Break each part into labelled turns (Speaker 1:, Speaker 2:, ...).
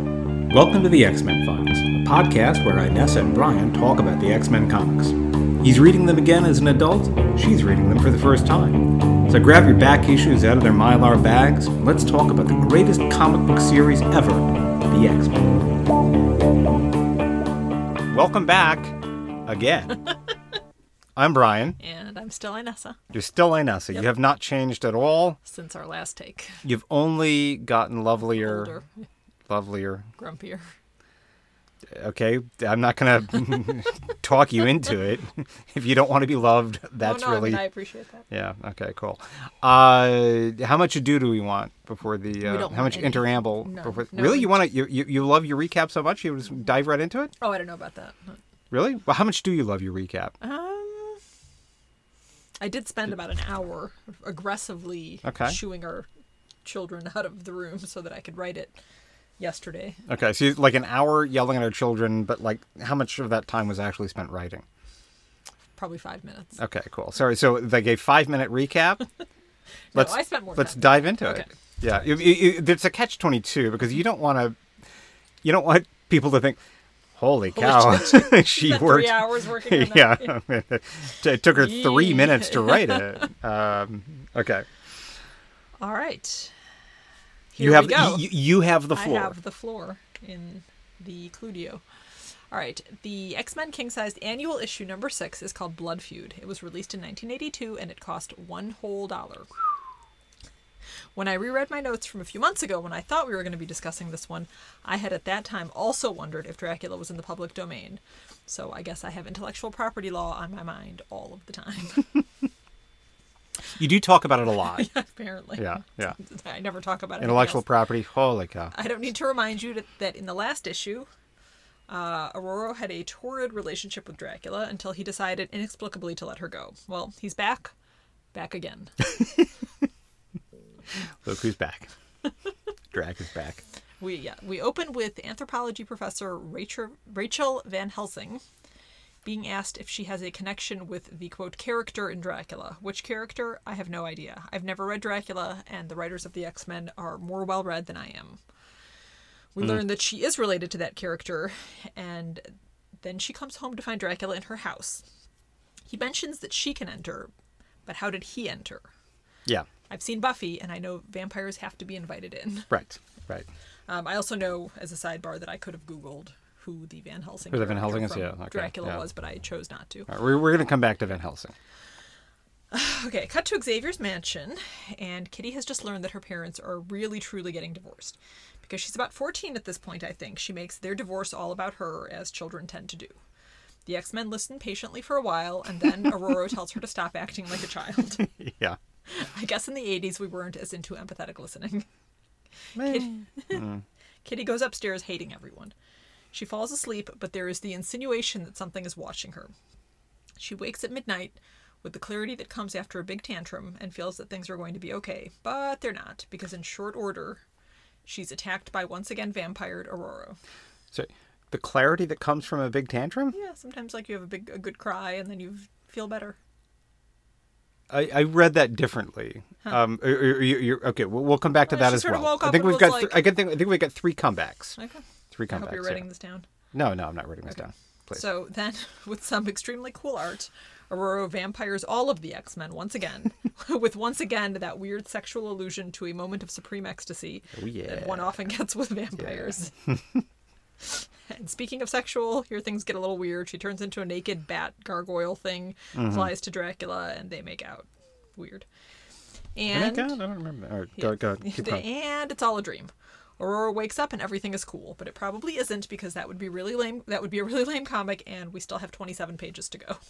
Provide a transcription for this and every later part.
Speaker 1: Welcome to the X Men Files, a podcast where Inessa and Brian talk about the X Men comics. He's reading them again as an adult, she's reading them for the first time. So grab your back issues out of their mylar bags, and let's talk about the greatest comic book series ever the X Men. Welcome back again. I'm Brian.
Speaker 2: And I'm still Inessa
Speaker 1: You're still Inessa. You have not changed at all.
Speaker 2: since our last take.
Speaker 1: You've only gotten lovelier,
Speaker 2: Older,
Speaker 1: lovelier,
Speaker 2: grumpier.
Speaker 1: okay i'm not gonna talk you into it if you don't want to be loved that's
Speaker 2: oh, no,
Speaker 1: really
Speaker 2: I, mean, I appreciate that.
Speaker 1: yeah okay cool uh how much ado do we want before the uh,
Speaker 2: don't
Speaker 1: how much
Speaker 2: want any.
Speaker 1: interamble
Speaker 2: No,
Speaker 1: before
Speaker 2: no.
Speaker 1: really you want to you, you you love your recap so much you just dive right into it
Speaker 2: Oh, I don't know about that.
Speaker 1: really well how much do you love your recap
Speaker 2: Um, I did spend about an hour aggressively
Speaker 1: Okay.
Speaker 2: shooing our children out of the room so that I could write it yesterday.
Speaker 1: okay so you- like an hour yelling at our children but like how much of that time was actually spent writing
Speaker 2: Probably five minutes.
Speaker 1: okay cool sorry so like a five minute recap let's
Speaker 2: no, I spent more
Speaker 1: let's
Speaker 2: time.
Speaker 1: dive into
Speaker 2: Okay.
Speaker 1: it. Yeah, it- it- it- it's a catch twenty two because you don't want to, you don't want people to think, "Holy cow, she worked."
Speaker 2: Three hours working on that.
Speaker 1: yeah, it took her three
Speaker 2: Yee.
Speaker 1: minutes to write it. Um, okay,
Speaker 2: All right. Here
Speaker 1: you have
Speaker 2: we go.
Speaker 1: you, you have the floor.
Speaker 2: I have the floor in the Cludio. All right. The X Men King Sized annual issue number six is called Blood Feud. It was released in 1982 and it cost one whole dollar. When I reread my notes from a few months ago when I thought we were going to be discussing this one, I had at that time also wondered if Dracula was in the public domain. So I guess I have intellectual property law on my mind all of the time,
Speaker 1: You do talk about it a lot.
Speaker 2: apparently.
Speaker 1: Yeah, yeah.
Speaker 2: I never talk about it.
Speaker 1: Intellectual property. Holy cow.
Speaker 2: I don't need to remind you that, that in the last issue, uh, Aurora had a torrid relationship with Dracula until he decided inexplicably to let her go. Well, he's back, back again.
Speaker 1: Look who's back. Drag is back.
Speaker 2: we yeah, we open with anthropology professor Rachel Rachel Van Helsing being asked if she has a connection with the quote character in Dracula. Which character? I have no idea. I've never read Dracula, and the writers of the X Men are more well read than I am. We learn that she is related to that character, and then she comes home to find Dracula in her house. He mentions that she can enter, but how did he enter?
Speaker 1: Yeah.
Speaker 2: I've seen Buffy, and I know vampires have to be invited in.
Speaker 1: Right. Right.
Speaker 2: Um, I also know, as a sidebar, that I could have Googled who the Van Helsing,
Speaker 1: Who the Van
Speaker 2: character
Speaker 1: Helsing is,
Speaker 2: from
Speaker 1: yeah, okay,
Speaker 2: Dracula
Speaker 1: yeah.
Speaker 2: was, but I chose not to.
Speaker 1: All right, we're we're gonna come back to Van Helsing.
Speaker 2: Okay, cut to Xavier's mansion, and Kitty has just learned that her parents are really, truly getting divorced. Because she's about 14 at this point, I think, she makes their divorce all about her, as children tend to do. The X Men listen patiently for a while, and then Aurora tells her to stop acting like a child.
Speaker 1: Yeah.
Speaker 2: I guess in the 80s, we weren't as into empathetic listening.
Speaker 1: Meh.
Speaker 2: Kitty goes upstairs hating everyone. She falls asleep, but there is the insinuation that something is watching her. She wakes at midnight with the clarity that comes after a big tantrum and feels that things are going to be okay, but they're not, because in short order, she's attacked by once again vampired Aurora.
Speaker 1: So the clarity that comes from a big tantrum.
Speaker 2: Yeah, sometimes like you have a big a good cry and then you feel better.
Speaker 1: I, I read that differently. Um, or- or- or you- you're- okay, we'll, we'll come back to
Speaker 2: Well,
Speaker 1: that
Speaker 2: she
Speaker 1: as
Speaker 2: sort of
Speaker 1: well.
Speaker 2: woke
Speaker 1: I
Speaker 2: up
Speaker 1: think
Speaker 2: and
Speaker 1: we've
Speaker 2: was
Speaker 1: got.
Speaker 2: like-
Speaker 1: three, I can think. I think we got three comebacks.
Speaker 2: Okay.
Speaker 1: Three
Speaker 2: I
Speaker 1: comebacks.
Speaker 2: hope you're
Speaker 1: yeah.
Speaker 2: writing this down.
Speaker 1: No, no, I'm not writing this down. Please.
Speaker 2: So then, with some extremely cool art, Aurora vampires all of the X Men once again, with once again that weird sexual allusion to a moment of supreme ecstasy
Speaker 1: Oh,
Speaker 2: that one
Speaker 1: yeah.
Speaker 2: often gets with vampires. and speaking of sexual, here things get a little weird. She turns into a naked bat gargoyle thing,
Speaker 1: Mm-hmm.
Speaker 2: flies to Dracula, and they make out. Weird.
Speaker 1: Oh my
Speaker 2: And
Speaker 1: God, I don't remember. All right, go, go, keep
Speaker 2: the-
Speaker 1: going.
Speaker 2: and it's all a dream. Aurora wakes up and everything is cool, but it probably isn't because that would be really lame. That would be a really lame comic, and we still have 27 pages to go.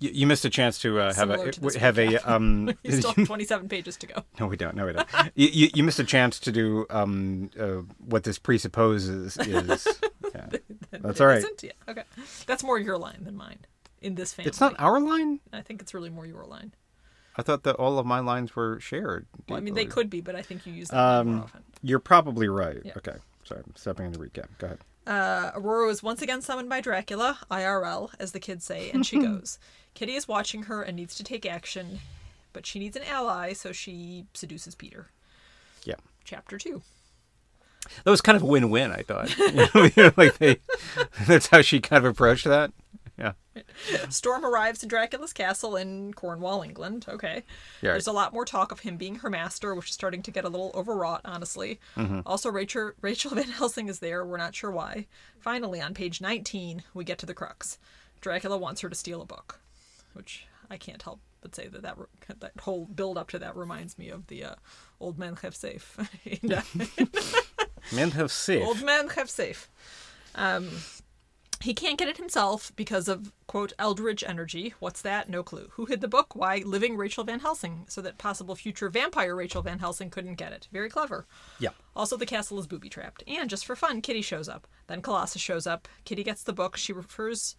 Speaker 1: You, you missed a chance to uh, have
Speaker 2: Similar
Speaker 1: a
Speaker 2: to this
Speaker 1: have a um.
Speaker 2: We still have 27 pages to go.
Speaker 1: no, we don't. No, we don't. you, you, you missed a chance to do um uh, what this presupposes is. Yeah. That's
Speaker 2: It
Speaker 1: all right.
Speaker 2: isn't? Yeah. Okay. That's more your line than mine in this family.
Speaker 1: It's not our line.
Speaker 2: I think it's really more your line.
Speaker 1: I thought that all of my lines were shared.
Speaker 2: Well, I mean, they
Speaker 1: equally.
Speaker 2: could be, but I think you use them
Speaker 1: Um,
Speaker 2: line more often.
Speaker 1: You're probably right.
Speaker 2: Yeah.
Speaker 1: Okay, sorry, I'm stepping into recap. Go ahead.
Speaker 2: Uh, Aurora is once again summoned by Dracula, IRL, as the kids say, and she goes. Kitty is watching her and needs to take action, but she needs an ally, so she seduces Peter.
Speaker 1: Yeah.
Speaker 2: Chapter 2.
Speaker 1: that was kind of a win-win. I thought, You know, like they, that's how she kind of approached that. Yeah,
Speaker 2: Storm arrives in Dracula's castle in Cornwall, England. Okay.
Speaker 1: Yeah.
Speaker 2: There's a lot more talk of him being her master, which is starting to get a little overwrought, honestly. Also, Rachel, Rachel Van Helsing is there. We're not sure why. Finally, on page 19, we get to the crux. Dracula wants her to steal a book, which I can't help but say that that, re- that whole build up to that reminds me of the uh, Old Man Have Safe. in, uh,
Speaker 1: men have safe.
Speaker 2: Old man have safe. Um, he can't get it himself because of quote eldritch energy. What's that? No clue. Who hid the book? Why living Rachel Van Helsing so that possible future vampire Rachel Van Helsing couldn't get it. Very clever.
Speaker 1: Yeah,
Speaker 2: Also, the castle is booby trapped, and just for fun, Kitty shows up. Then Colossus shows up. Kitty gets the book. She refers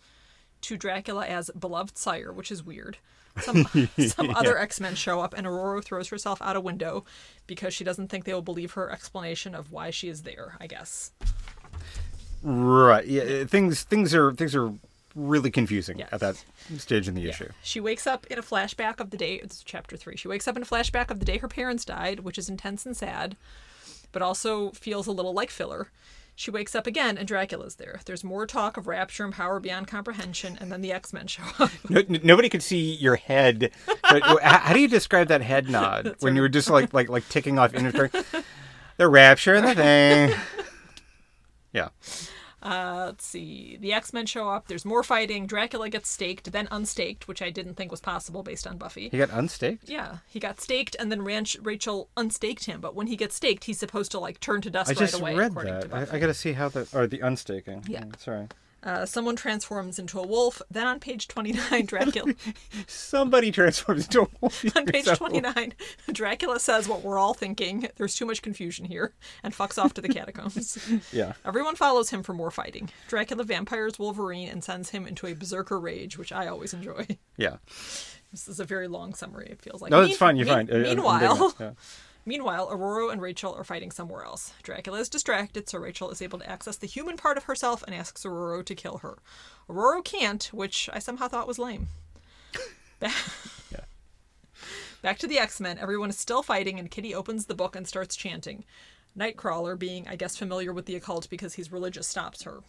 Speaker 2: to Dracula as beloved sire, which is weird. Some some other X Men show up, and Aurora throws herself out a window because she doesn't think they will believe her explanation of why she is there. I guess.
Speaker 1: right. Yeah, uh, things things are things are really confusing
Speaker 2: Yeah.
Speaker 1: at that stage in the issue.
Speaker 2: She wakes up in a flashback of the day. It's chapter three. She wakes up in a flashback of the day her parents died, which is intense and sad, but also feels a little like filler. She wakes up again, and Dracula's there. There's more talk of rapture and power beyond comprehension, and then the X Men show up.
Speaker 1: No, n- nobody could see your head. But h- how do you describe that head nod when you were just like like like ticking off inventory? The rapture and the thing. Yeah.
Speaker 2: Uh, let's see. The X Men show up. There's more fighting. Dracula gets staked, then unstaked, which I didn't think was possible based on Buffy.
Speaker 1: He got unstaked?
Speaker 2: Yeah, he got staked, and then Ranch Rachel unstaked him. But when he gets staked, he's supposed to like turn to dust
Speaker 1: I
Speaker 2: right
Speaker 1: just
Speaker 2: away.
Speaker 1: read
Speaker 2: according to
Speaker 1: that.
Speaker 2: Buffy.
Speaker 1: I, I got to see how the or the unstaking. Mm,
Speaker 2: Yeah.
Speaker 1: Sorry.
Speaker 2: Uh, someone transforms into a wolf. Then on page 29, Dracula
Speaker 1: Somebody transforms into a wolf.
Speaker 2: on page
Speaker 1: So-
Speaker 2: 29, Dracula says what we're all thinking. There's too much confusion here, and fucks off to the catacombs.
Speaker 1: Yeah.
Speaker 2: Everyone follows him for more fighting. Dracula vampires Wolverine and sends him into a berserker rage, which I always enjoy.
Speaker 1: Yeah.
Speaker 2: This is a very long summary. It feels like.
Speaker 1: No, it's
Speaker 2: Mean-
Speaker 1: fine. You're
Speaker 2: mean-
Speaker 1: fine. I- I- I'm digging
Speaker 2: Meanwhile,
Speaker 1: it, yeah.
Speaker 2: Meanwhile, Aurora and Rachel are fighting somewhere else. Dracula is distracted, so Rachel is able to access the human part of herself and asks Aurora to kill her. Aurora can't, which I somehow thought was lame. Back,
Speaker 1: Yeah.
Speaker 2: Back to the X Men. Everyone is still fighting, and Kitty opens the book and starts chanting. Nightcrawler, being, I guess, familiar with the occult because he's religious, stops her.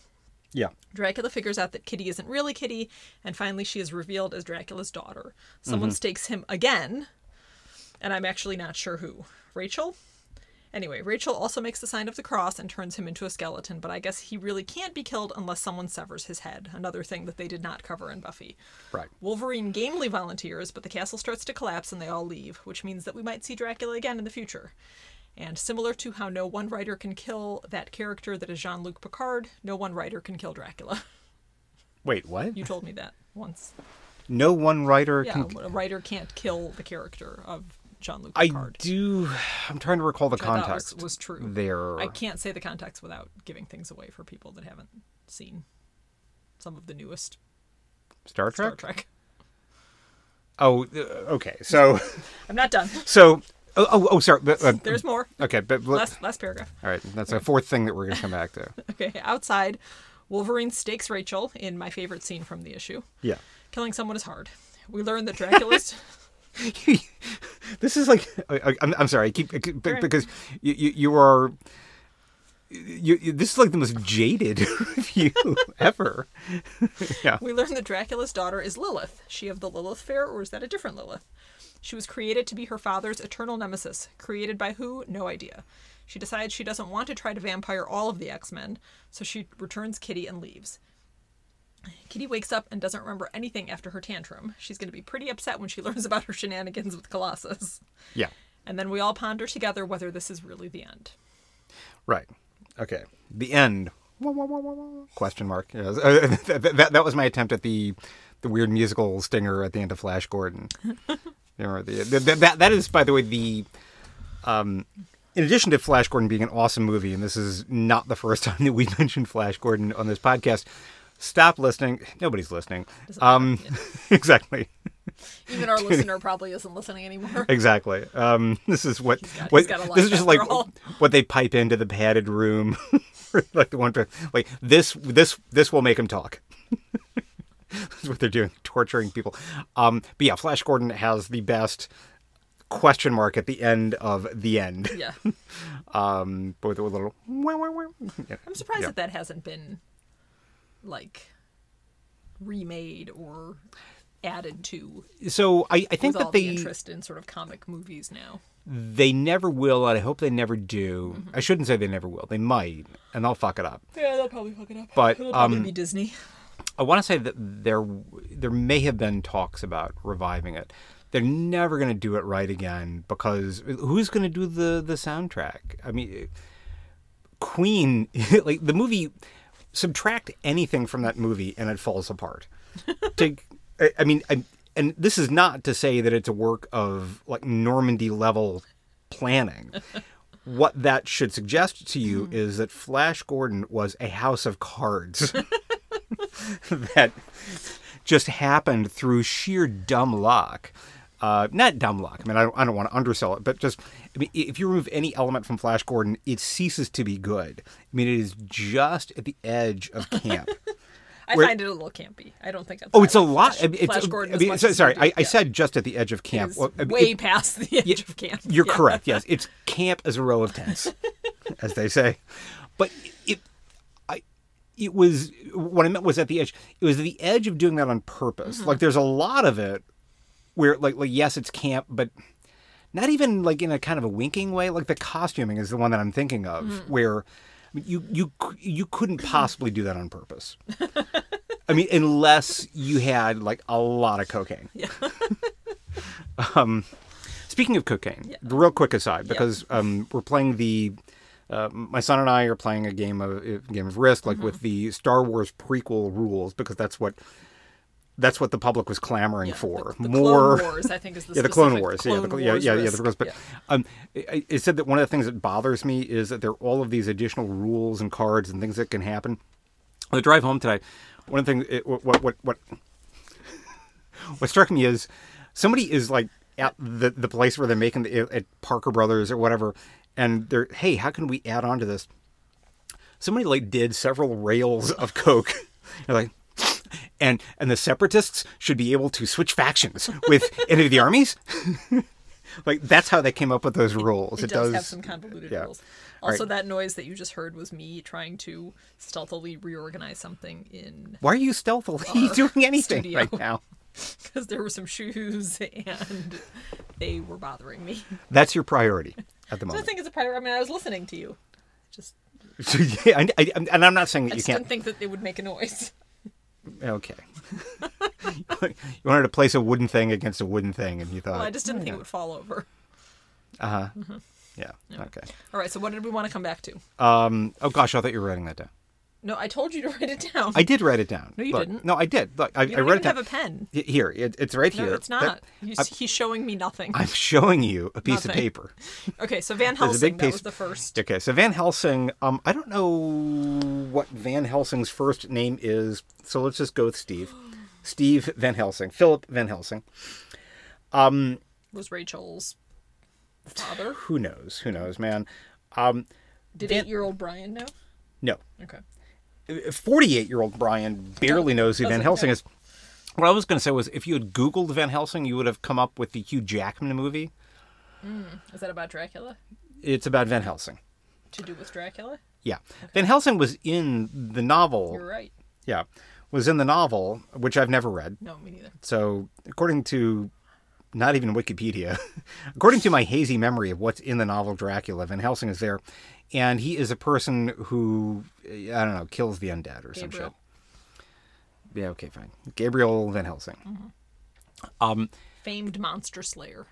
Speaker 1: Yeah.
Speaker 2: Dracula figures out that Kitty isn't really Kitty, and finally she is revealed as Dracula's daughter. Someone stakes him again, and I'm actually not sure who. Rachel? Anyway, Rachel also makes the sign of the cross and turns him into a skeleton, but I guess he really can't be killed unless someone severs his head, another thing that they did not cover in Buffy.
Speaker 1: Right.
Speaker 2: Wolverine gamely volunteers, but the castle starts to collapse and they all leave, which means that we might see Dracula again in the future. And similar to how no one writer can kill that character that is Jean Luc Picard, no one writer can kill Dracula.
Speaker 1: Wait, what?
Speaker 2: You told me that once.
Speaker 1: No one writer
Speaker 2: Yeah,
Speaker 1: can.
Speaker 2: a writer can't kill the character of Jean Luc
Speaker 1: I
Speaker 2: Picard.
Speaker 1: do. I'm trying to recall the
Speaker 2: I thought was-
Speaker 1: context.
Speaker 2: was, true.
Speaker 1: There.
Speaker 2: I can't say the context without giving things away for people that haven't seen some of the newest
Speaker 1: Star
Speaker 2: Star
Speaker 1: Trek?
Speaker 2: Trek.
Speaker 1: Oh, uh, okay. So,
Speaker 2: I'm not done.
Speaker 1: so. Oh, oh, oh sorry. But, uh,
Speaker 2: There's more.
Speaker 1: Okay, but let-
Speaker 2: Last last paragraph.
Speaker 1: all right. That's a fourth thing that we're gonna come back to.
Speaker 2: Okay, outside, Wolverine stakes Rachel in my favorite scene from the issue.
Speaker 1: Yeah,
Speaker 2: Killing someone is hard. We learn that Dracula's.
Speaker 1: this is like I, I- I'm, I'm sorry. I keep I keep- be-
Speaker 2: Right.
Speaker 1: because you you, you are. You, you, this is like the most jaded review ever. yeah.
Speaker 2: We learn that Dracula's daughter is Lilith. She of the Lilith Fair, or is that a different Lilith? She was created to be her father's eternal nemesis. Created by who? No idea. She decides she doesn't want to try to vampire all of the X Men, so she returns Kitty and leaves. Kitty wakes up and doesn't remember anything after her tantrum. She's going to be pretty upset when she learns about her shenanigans with Colossus.
Speaker 1: Yeah.
Speaker 2: And then we all ponder together whether this is really the end.
Speaker 1: Right. Okay. The end. Wah, wah, wah, wah, wah. Question mark. Yes. Uh, that, that, that was my attempt at the the weird musical stinger at the end of Flash Gordon. You know, the, the, that- that, that is, by the way, the. Um, in addition to Flash Gordon being an awesome movie, and this is not the first time that we mentioned Flash Gordon on this podcast, stop listening. Nobody's listening.
Speaker 2: Doesn't matter.
Speaker 1: Um, exactly.
Speaker 2: Even our listener probably isn't listening anymore.
Speaker 1: Exactly. Um, this is what,
Speaker 2: got-
Speaker 1: what
Speaker 2: he's got a life
Speaker 1: this is just
Speaker 2: after
Speaker 1: like
Speaker 2: all.
Speaker 1: what they pipe into the padded room, like the one per- like this this this will make him talk. That's what they're doing, torturing people. Um, but yeah, Flash Gordon has the best question mark at the end of the end,
Speaker 2: Yeah.
Speaker 1: um, but with a little. wah, wah, wah. Yeah.
Speaker 2: I'm surprised
Speaker 1: Yeah.
Speaker 2: that that hasn't been like remade or added to
Speaker 1: So I, I think
Speaker 2: with all
Speaker 1: that
Speaker 2: the
Speaker 1: they
Speaker 2: interest in sort of comic movies now.
Speaker 1: they never will, and I hope they never do.
Speaker 2: Mm-hmm.
Speaker 1: I shouldn't say they never will. They might, and I'll fuck it up.
Speaker 2: Yeah, they'll probably fuck it up.
Speaker 1: But,
Speaker 2: it'll probably
Speaker 1: um,
Speaker 2: be Disney.
Speaker 1: I want to say that there there may have been talks about reviving it. They're never going to do it right again because who's going to do the the soundtrack? I mean, Queen, like the movie, subtract anything from that movie and it falls apart. Take, I, I mean, I, and this is not to say that it's a work of like Normandy level planning. what that should suggest to you is that Flash Gordon was a house of cards that just happened through sheer dumb luck. Uh, not dumb luck. I mean, I don't, I don't want to undersell it, but just I mean, if you remove any element from Flash Gordon, it ceases to be good. I mean, it is just at the edge of camp.
Speaker 2: I
Speaker 1: where-
Speaker 2: find it a little campy. I don't think.
Speaker 1: oh, it's a
Speaker 2: I like
Speaker 1: lot.
Speaker 2: Flash,
Speaker 1: I mean, it's,
Speaker 2: Flash Gordon.
Speaker 1: I
Speaker 2: as
Speaker 1: mean,
Speaker 2: much
Speaker 1: so-
Speaker 2: as you
Speaker 1: sorry,
Speaker 2: do.
Speaker 1: I, I
Speaker 2: Yeah.
Speaker 1: said just at the edge of camp.
Speaker 2: It's
Speaker 1: Well, I mean,
Speaker 2: way
Speaker 1: it-
Speaker 2: past the edge of camp.
Speaker 1: You're
Speaker 2: Yeah.
Speaker 1: correct. Yes, it's camp as a row of tents, as they say. But it, I, it was what I meant was at the edge. It was the edge of doing that on purpose. Like there's a lot of it where like like yes, it's camp, but not even like in a kind of a winking way. Like the costuming is the one that I'm thinking of, where I mean, you you c- you couldn't possibly do that on purpose. I mean, unless you had like a lot of cocaine. Um,
Speaker 2: Yeah.
Speaker 1: Speaking of cocaine, real quick aside, because um, we're playing the. Uh, my son and I are playing a game of a game of Risk, like with
Speaker 2: Mm-hmm.
Speaker 1: the Star Wars prequel rules, because that's what that's what the public was clamoring
Speaker 2: Yeah,
Speaker 1: for.
Speaker 2: the, the
Speaker 1: More,
Speaker 2: Clone Wars, I think, is the
Speaker 1: yeah, the Clone
Speaker 2: specific
Speaker 1: Wars, yeah, the,
Speaker 2: Clone
Speaker 1: Cl- yeah,
Speaker 2: Wars
Speaker 1: yeah, yeah,
Speaker 2: risk.
Speaker 1: the Clone Wars. But um, it, it said that one of the things that bothers me is that there are all of these additional rules and cards and things that can happen. On the drive home today, one of the things it, what what what what, what struck me is somebody is like at the the place where they're making the at Parker Brothers or whatever, and they're hey, how can we add on to this? somebody like did several rails of coke They're like and and the separatists should be able to switch factions with any of the armies like that's how they came up with those rules
Speaker 2: It, does, have some convoluted
Speaker 1: yeah.
Speaker 2: rules.
Speaker 1: All right.
Speaker 2: Also, that noise that you just heard was me trying to stealthily reorganize something in
Speaker 1: why are you stealthily doing anything
Speaker 2: Uh, studio.
Speaker 1: right now
Speaker 2: because there were some shoes and they were bothering me.
Speaker 1: that's your priority at the
Speaker 2: I don't
Speaker 1: moment
Speaker 2: think it's a priority. I mean, I was listening to you. Just
Speaker 1: yeah, and, I, and i'm not saying
Speaker 2: I
Speaker 1: that you
Speaker 2: just
Speaker 1: can't
Speaker 2: didn't think that they would make a noise.
Speaker 1: okay you wanted to place a wooden thing against a wooden thing and you thought
Speaker 2: Well, I just didn't think
Speaker 1: Uh, yeah.
Speaker 2: it would fall over.
Speaker 1: uh-huh yeah. okay
Speaker 2: All right. So, what did we want to come back to?
Speaker 1: um oh gosh i thought you were writing that down
Speaker 2: No, I told you to write it down.
Speaker 1: I did write it down.
Speaker 2: No, you
Speaker 1: Look,
Speaker 2: didn't.
Speaker 1: No, I did. Look, I,
Speaker 2: you
Speaker 1: I
Speaker 2: don't
Speaker 1: read it
Speaker 2: even
Speaker 1: down.
Speaker 2: have a pen.
Speaker 1: Y- Here, it, it's right
Speaker 2: No,
Speaker 1: here.
Speaker 2: it's not.
Speaker 1: That-
Speaker 2: You,
Speaker 1: I-
Speaker 2: he's showing me nothing.
Speaker 1: I'm showing you a piece
Speaker 2: Nothing.
Speaker 1: of paper.
Speaker 2: Okay, so Van
Speaker 1: There's a
Speaker 2: Helsing
Speaker 1: big
Speaker 2: that
Speaker 1: piece.
Speaker 2: was the first.
Speaker 1: Okay, so Van Helsing. Um, I don't know what Van Helsing's first name is, so let's just go with Steve. Steve Van Helsing, Philip Van Helsing.
Speaker 2: was Rachel's father.
Speaker 1: Who knows? Who knows, man? Um,
Speaker 2: Did
Speaker 1: Van-
Speaker 2: eight-year-old Brian know?
Speaker 1: no,
Speaker 2: Okay.
Speaker 1: forty-eight-year-old Brian barely knows who Van
Speaker 2: doesn't
Speaker 1: Helsing
Speaker 2: know.
Speaker 1: is. What I was going to say was, if you had Googled Van Helsing, you would have come up with the Hugh Jackman movie.
Speaker 2: Is that about Dracula?
Speaker 1: It's about Van Helsing.
Speaker 2: To do with Dracula?
Speaker 1: Yeah. Van Helsing was in the novel.
Speaker 2: You're right.
Speaker 1: Yeah. Was in the novel, which I've never read.
Speaker 2: No, me neither.
Speaker 1: So, according to not even Wikipedia, according to my hazy memory of what's in the novel Dracula, Van Helsing is there. And he is a person who, eh, I don't know, kills the undead or some shit.
Speaker 2: Gabriel.
Speaker 1: Yeah, okay, fine. Gabriel Van Helsing. Um,
Speaker 2: Famed monster slayer.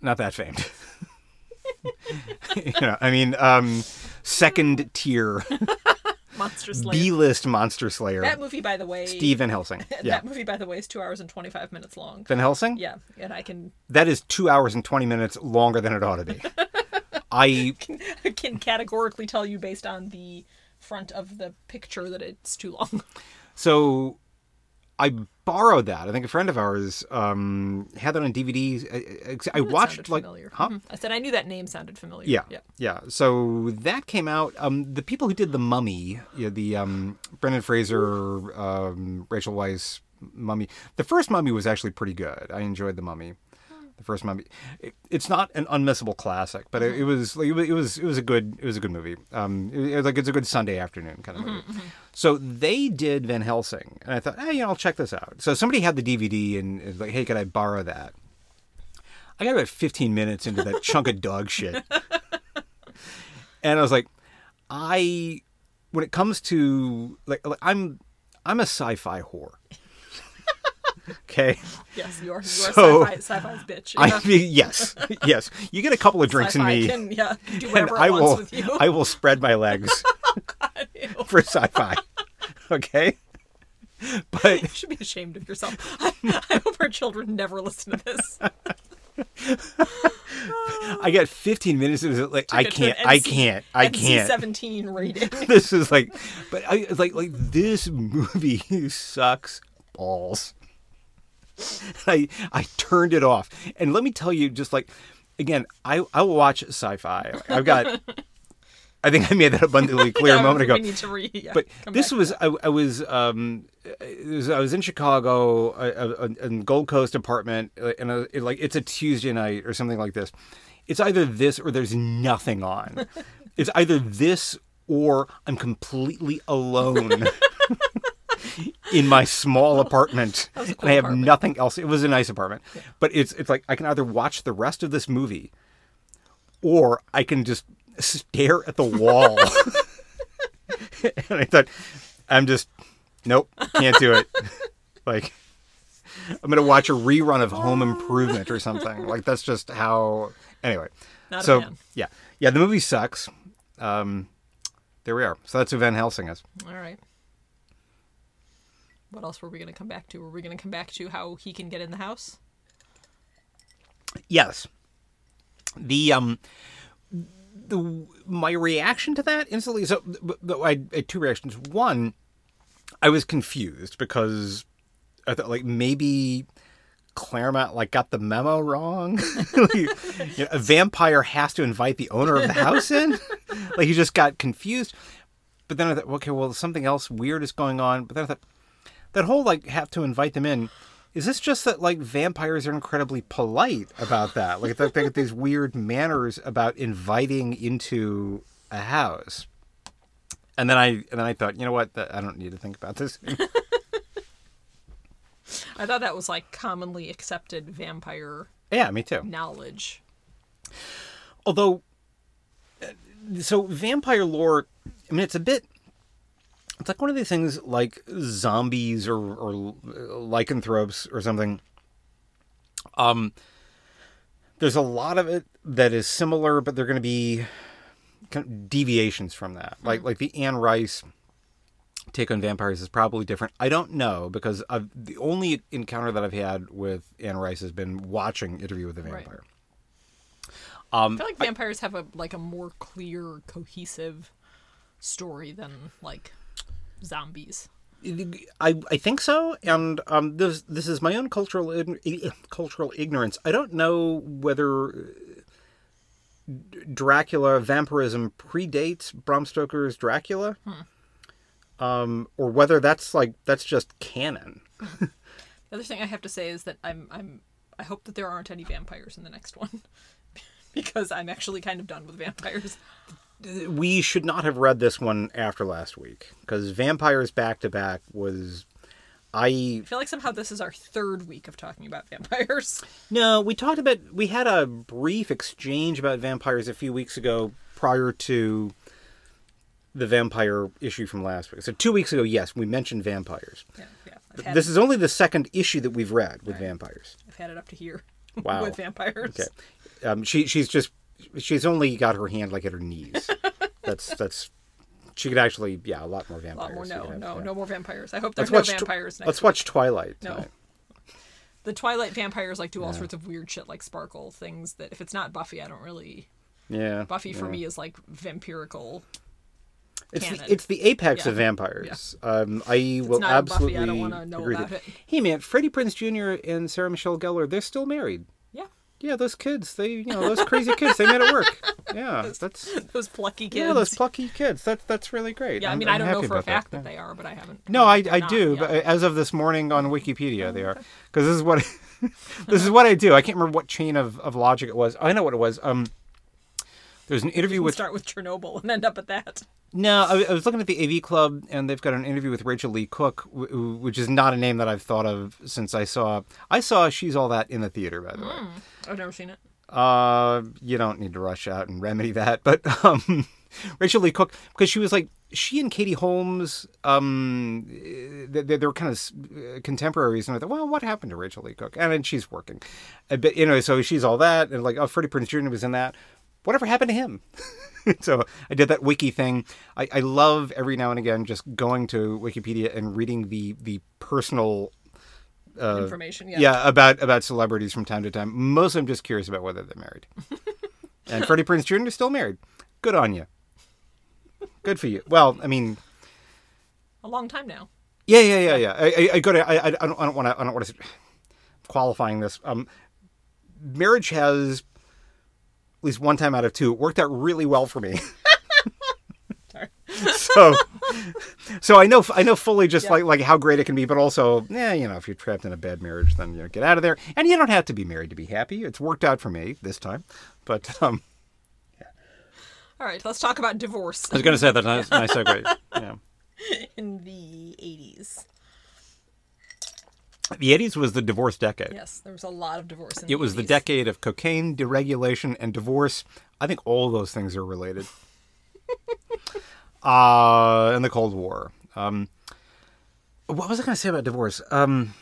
Speaker 1: not that famed. you know, I mean, um, second tier
Speaker 2: Monster slayer.
Speaker 1: B list monster slayer.
Speaker 2: that movie, by the way.
Speaker 1: Steve Van Helsing. Yeah.
Speaker 2: That movie, by the way, is two hours and twenty-five minutes long.
Speaker 1: Van Helsing?
Speaker 2: Yeah, and I can
Speaker 1: That is two hours and 20 minutes longer than it ought to be. I,
Speaker 2: I can categorically tell you based on the front of the picture that it's too long.
Speaker 1: so I borrowed that. I think a friend of ours um, had that on DVD. I, I- I
Speaker 2: That
Speaker 1: watched
Speaker 2: sounded
Speaker 1: like,
Speaker 2: familiar.
Speaker 1: huh?
Speaker 2: Mhm. I said I knew that name sounded familiar.
Speaker 1: Yeah,
Speaker 2: Yeah.
Speaker 1: yeah. So that came out. Um, the people who did the Mummy, yeah, the um, Brendan Fraser, um, Rachel Weisz Mummy. The first Mummy was actually pretty good. I enjoyed the Mummy, the the first movie. It, it's not an unmissable classic, but it, it was like, it was- it was it was a good it was a good movie. Um, it, it was like it's a good Sunday afternoon kind of movie. So they did Van Helsing, and I thought, hey, you know, I'll check this out. So somebody had the DVD and is like, hey, could I borrow that? I got about 15 minutes into that chunk of dog shit. And I was like, I when it comes to like, like I'm I'm a sci-fi whore. okay.
Speaker 2: Yes, you are. You are so,
Speaker 1: So-
Speaker 2: sci-fi, sci-fi's bitch. Yeah.
Speaker 1: I mean, yes. Yes. You get a couple of drinks in
Speaker 2: Sci-fi
Speaker 1: me
Speaker 2: Can, yeah, can do
Speaker 1: and
Speaker 2: whatever
Speaker 1: I
Speaker 2: it wants
Speaker 1: will
Speaker 2: with you.
Speaker 1: I will spread my legs
Speaker 2: Ew.
Speaker 1: for sci-fi. Okay? But
Speaker 2: You should be ashamed of yourself. I, I hope our children never listen to this.
Speaker 1: I got 15 minutes of it, like I
Speaker 2: Get to an
Speaker 1: can't I
Speaker 2: NC
Speaker 1: can't I can't.
Speaker 2: NC-17 rating.
Speaker 1: this is like but I it's like like this movie sucks balls. I I turned it off. And let me tell you just like again, I I will watch sci-fi. Like, I've got I think I made that abundantly clear a
Speaker 2: Yeah,
Speaker 1: moment
Speaker 2: we
Speaker 1: ago.
Speaker 2: need to re- yeah,
Speaker 1: but
Speaker 2: come
Speaker 1: this
Speaker 2: back.
Speaker 1: was I, I was um it was, I was in Chicago uh, uh, in Gold Coast apartment uh, and uh, it, like it's a Tuesday night or something like this. It's either this or there's nothing on. it's either this or I'm completely alone. In my small apartment,
Speaker 2: was a
Speaker 1: and I
Speaker 2: cool
Speaker 1: have
Speaker 2: apartment.
Speaker 1: nothing else. It was a nice apartment, but it's it's like I can either watch the rest of this movie, or I can just stare at the wall. and I thought, I'm just, nope, can't do it. like, I'm gonna watch a rerun of Home Improvement or something. Like that's just how. Anyway,
Speaker 2: Not a
Speaker 1: so
Speaker 2: fan.
Speaker 1: yeah, yeah, the movie sucks. Um, there we are. So that's who Van Helsing is.
Speaker 2: All right. What else were we going to come back to? Were we going to come back to how he can get in the house?
Speaker 1: Yes. The um the my reaction to that instantly so but- but I had two reactions. One, I was confused because I thought like maybe Claremont like got the memo wrong. Like, you know, a vampire has to invite the owner of the house in. like he just got confused. But then I thought, okay, well something else weird is going on. But then I thought that whole like have to invite them in. Is this just that like vampires are incredibly polite about that? Like they they got these weird manners about inviting into a house. And then I and then I thought, you know what? That- I don't need to think about this.
Speaker 2: I thought that was like commonly accepted vampire
Speaker 1: yeah, me too.
Speaker 2: knowledge.
Speaker 1: although uh, so vampire lore i mean it's a bit it's like one of these things like zombies or, or uh, lycanthropes or something um there's a lot of it that is similar but they're going to be kind of deviations from that like like the anne rice take on vampires is probably different i don't know because I've, the only encounter that i've had with anne rice has been watching interview with a
Speaker 2: Right.
Speaker 1: vampire Um,
Speaker 2: I feel like vampires have a like a more clear, cohesive story than like zombies.
Speaker 1: I, I think so, and um, this this is my own cultural ign- i- cultural ignorance. I don't know whether uh, D- Dracula vampirism predates Bram Stoker's Dracula, um, or whether that's like that's just canon.
Speaker 2: The other thing I have to say is that I'm I'm I hope that there aren't any vampires in the next one because I'm actually kind of done with vampires.
Speaker 1: We should not have read this one after last week because vampires back to back was I
Speaker 2: I feel like somehow this is our third week of talking about vampires.
Speaker 1: No, we talked about we had a brief exchange about vampires a few weeks ago prior to the vampire issue from last week. So 2 weeks ago, yes, we mentioned vampires.
Speaker 2: Yeah, yeah. I've
Speaker 1: But
Speaker 2: had,
Speaker 1: This is only the second issue that we've read with vampires.
Speaker 2: I've had it up to here
Speaker 1: Wow.
Speaker 2: with vampires.
Speaker 1: Okay. Um, she she's just she's only got her hand like at her knees. that's that's she could actually yeah, a lot more
Speaker 2: A
Speaker 1: vampires.
Speaker 2: lot more.
Speaker 1: we
Speaker 2: No,
Speaker 1: could have,
Speaker 2: no,
Speaker 1: yeah.
Speaker 2: no more vampires. I hope there's
Speaker 1: Let's
Speaker 2: no
Speaker 1: watch Tw-
Speaker 2: vampires next.
Speaker 1: Let's watch Twilight.
Speaker 2: No.
Speaker 1: tonight.
Speaker 2: The Twilight vampires like do all sorts of weird shit, like sparkle things that if it's not Buffy, I don't really.
Speaker 1: Yeah.
Speaker 2: Buffy for
Speaker 1: yeah.
Speaker 2: me is like vampirical.
Speaker 1: It's
Speaker 2: canon.
Speaker 1: the, it's the apex
Speaker 2: Yeah.
Speaker 1: of vampires. Um, I will
Speaker 2: not in Buffy,
Speaker 1: absolutely
Speaker 2: I don't wanna know
Speaker 1: agree with
Speaker 2: about
Speaker 1: you.
Speaker 2: it.
Speaker 1: Hey man, Freddie Prince Jr. and Sarah Michelle Gellar, they're still married.
Speaker 2: Yeah,
Speaker 1: Yeah, those kids, they you know those crazy kids, they made it work. Yeah, that's
Speaker 2: those plucky kids.
Speaker 1: yeah those plucky kids. That's that's really great.
Speaker 2: Yeah, I
Speaker 1: I'm-
Speaker 2: mean, I
Speaker 1: I'm
Speaker 2: don't know
Speaker 1: happy
Speaker 2: for a
Speaker 1: about that.
Speaker 2: fact that, they are, but I haven't.
Speaker 1: No, I, I
Speaker 2: not,
Speaker 1: do.
Speaker 2: yeah.
Speaker 1: But as of this morning on Wikipedia, they are because this is what this is what I do. I can't remember what chain of, of logic it was. I know what it was. Um, there was an interview with
Speaker 2: Start with Chernobyl and end up at that.
Speaker 1: No, I, I was looking at the AV Club, and they've got an interview with Rachel Lee Cook, wh- wh- which is not a name that I've thought of since I saw. I saw She's All That in the theater, by the way.
Speaker 2: I've never seen it.
Speaker 1: Uh, you don't need to rush out and remedy that, but um, Rachel Lee Cook, because she was like she and Katie Holmes, um, they, they they were kind of s- uh, contemporaries, and I thought, well, what happened to Rachel Lee Cook? And then she's working, Uh, but you know, so she's all that, and like, oh, Freddie Prinze Jr. was in that. Whatever happened to him? so I did that wiki thing. I, I love every now and again just going to Wikipedia and reading the the personal
Speaker 2: Information. Yeah.
Speaker 1: Uh, yeah, about about celebrities from time to time. Mostly, I'm just curious about whether they're married. and Freddie Prince Jr. is still married. Good on you. Good for you. Well, I mean,
Speaker 2: A long time now.
Speaker 1: yeah, yeah, yeah, yeah. I, I, I go to. I, I don't want to. I don't want to. Qualifying this, um, marriage has at least one time out of two worked out really well for me. so, so I know I know fully just like like how great it can be, but also, yeah, you know, if you're trapped in a bad marriage, then you know, get out of there. And you don't have to be married to be happy. It's worked out for me this time, but um,
Speaker 2: All right, let's talk about divorce
Speaker 1: was gonna say that's nice, nice segue. Yeah.
Speaker 2: in the 80s.
Speaker 1: The '80s was the divorce decade.
Speaker 2: Yes, there was a lot of divorce in
Speaker 1: It was the
Speaker 2: 80s.
Speaker 1: decade of cocaine, deregulation, and divorce. I think all those things are related. uh, and the Cold War. Um, what was I going to say about divorce? Um,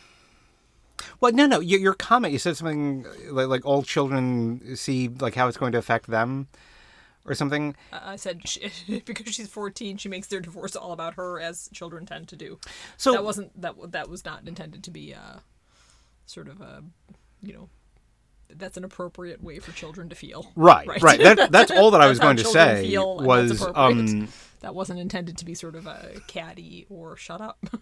Speaker 1: well, no, no. Your, your comment, you said something like, like all children see like how it's going to affect them or something.
Speaker 2: I I said she, because she's 14, she makes their divorce all about her, as children tend to do.
Speaker 1: So
Speaker 2: that wasn't that w- that was not intended to be uh, sort of a, you know, that's an appropriate way for children to feel.
Speaker 1: Right, right. That, that's all that I was
Speaker 2: That's how
Speaker 1: going to
Speaker 2: children
Speaker 1: say
Speaker 2: feel, and that's
Speaker 1: was
Speaker 2: appropriate.
Speaker 1: um,
Speaker 2: that wasn't intended to be sort of a catty or shut up.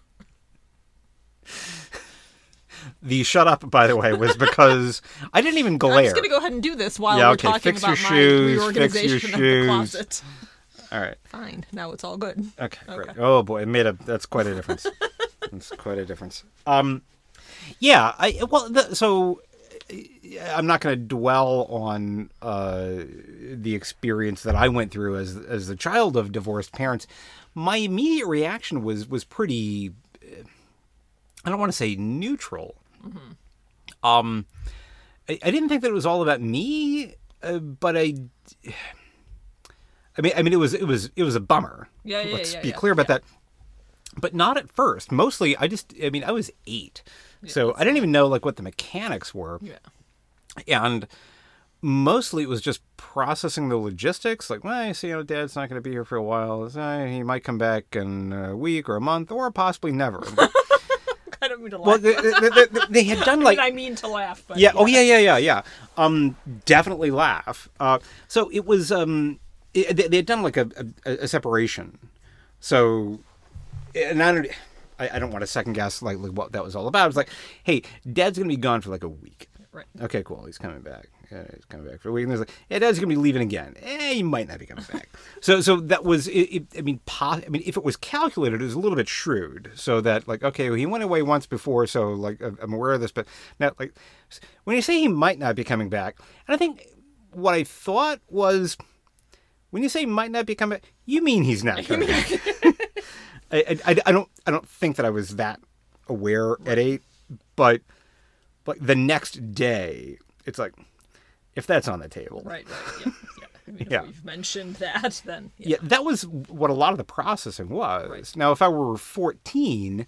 Speaker 1: the shut up. By the way, was because I didn't even glare.
Speaker 2: I'm just gonna go ahead and do this while
Speaker 1: Yeah,
Speaker 2: we're
Speaker 1: okay,
Speaker 2: talking
Speaker 1: fix your
Speaker 2: about my
Speaker 1: shoes, fix your
Speaker 2: reorganization of
Speaker 1: shoes.
Speaker 2: the closet.
Speaker 1: All right.
Speaker 2: Fine, now it's all good.
Speaker 1: Okay, great.
Speaker 2: Okay.
Speaker 1: Oh boy, it made a that's quite a difference. that's quite a difference. Um, yeah, I well, the, so uh, I'm not going to dwell on uh, the experience that I went through as as the child of divorced parents. My immediate reaction was was pretty. uh, I don't want to say neutral.
Speaker 2: Mm-hmm.
Speaker 1: Um, I, I didn't think that it was all about me, uh, but I. I mean, I mean, it was it was it was a bummer.
Speaker 2: Yeah, yeah,
Speaker 1: Let's
Speaker 2: yeah,
Speaker 1: be
Speaker 2: yeah,
Speaker 1: clear about that. But not at first. Mostly, I just, I mean, I was eight, so I didn't even know like what the mechanics were
Speaker 2: Yeah,
Speaker 1: and mostly it was just processing the logistics like well you see you know dad's not going to be here for a while so he might come back in a week or a month or possibly never
Speaker 2: I don't mean to laugh.
Speaker 1: well they, they, they- they had done like
Speaker 2: I, mean, I mean to laugh, but
Speaker 1: yeah. Oh yeah. Yeah. Yeah. Yeah. Um. Definitely laugh. Uh. So it was. Um. It, they, they had done like a, a a separation. So, and I don't. Eh, I, I don't want to second guess like, like what that was all about. It's like, hey, Dad's gonna be gone for like a week.
Speaker 2: Right.
Speaker 1: Okay. Cool. He's coming back. Yeah, he's coming back for a week. And there's like, yeah, Dad's gonna be leaving again. Eh, he might not be coming back. so, so that was. It, it, I mean, po- I mean, if it was calculated, it was a little bit shrewd. So that like, okay, well, he went away once before, so like, I'm I'm aware of this. But now, like, s- when you say he might not be coming back, and I think what I thought was, when you say might not be coming, back, you mean he's not coming back. I, I- I, I don't I don't think that I was that aware at eight, but like the next day, it's like if that's on the table,
Speaker 2: Right, right, yeah, yeah. I mean,
Speaker 1: Yeah.
Speaker 2: If we've mentioned that, then yeah.
Speaker 1: Yeah, that was what a lot of the processing was.
Speaker 2: Right.
Speaker 1: Now, if I were 14,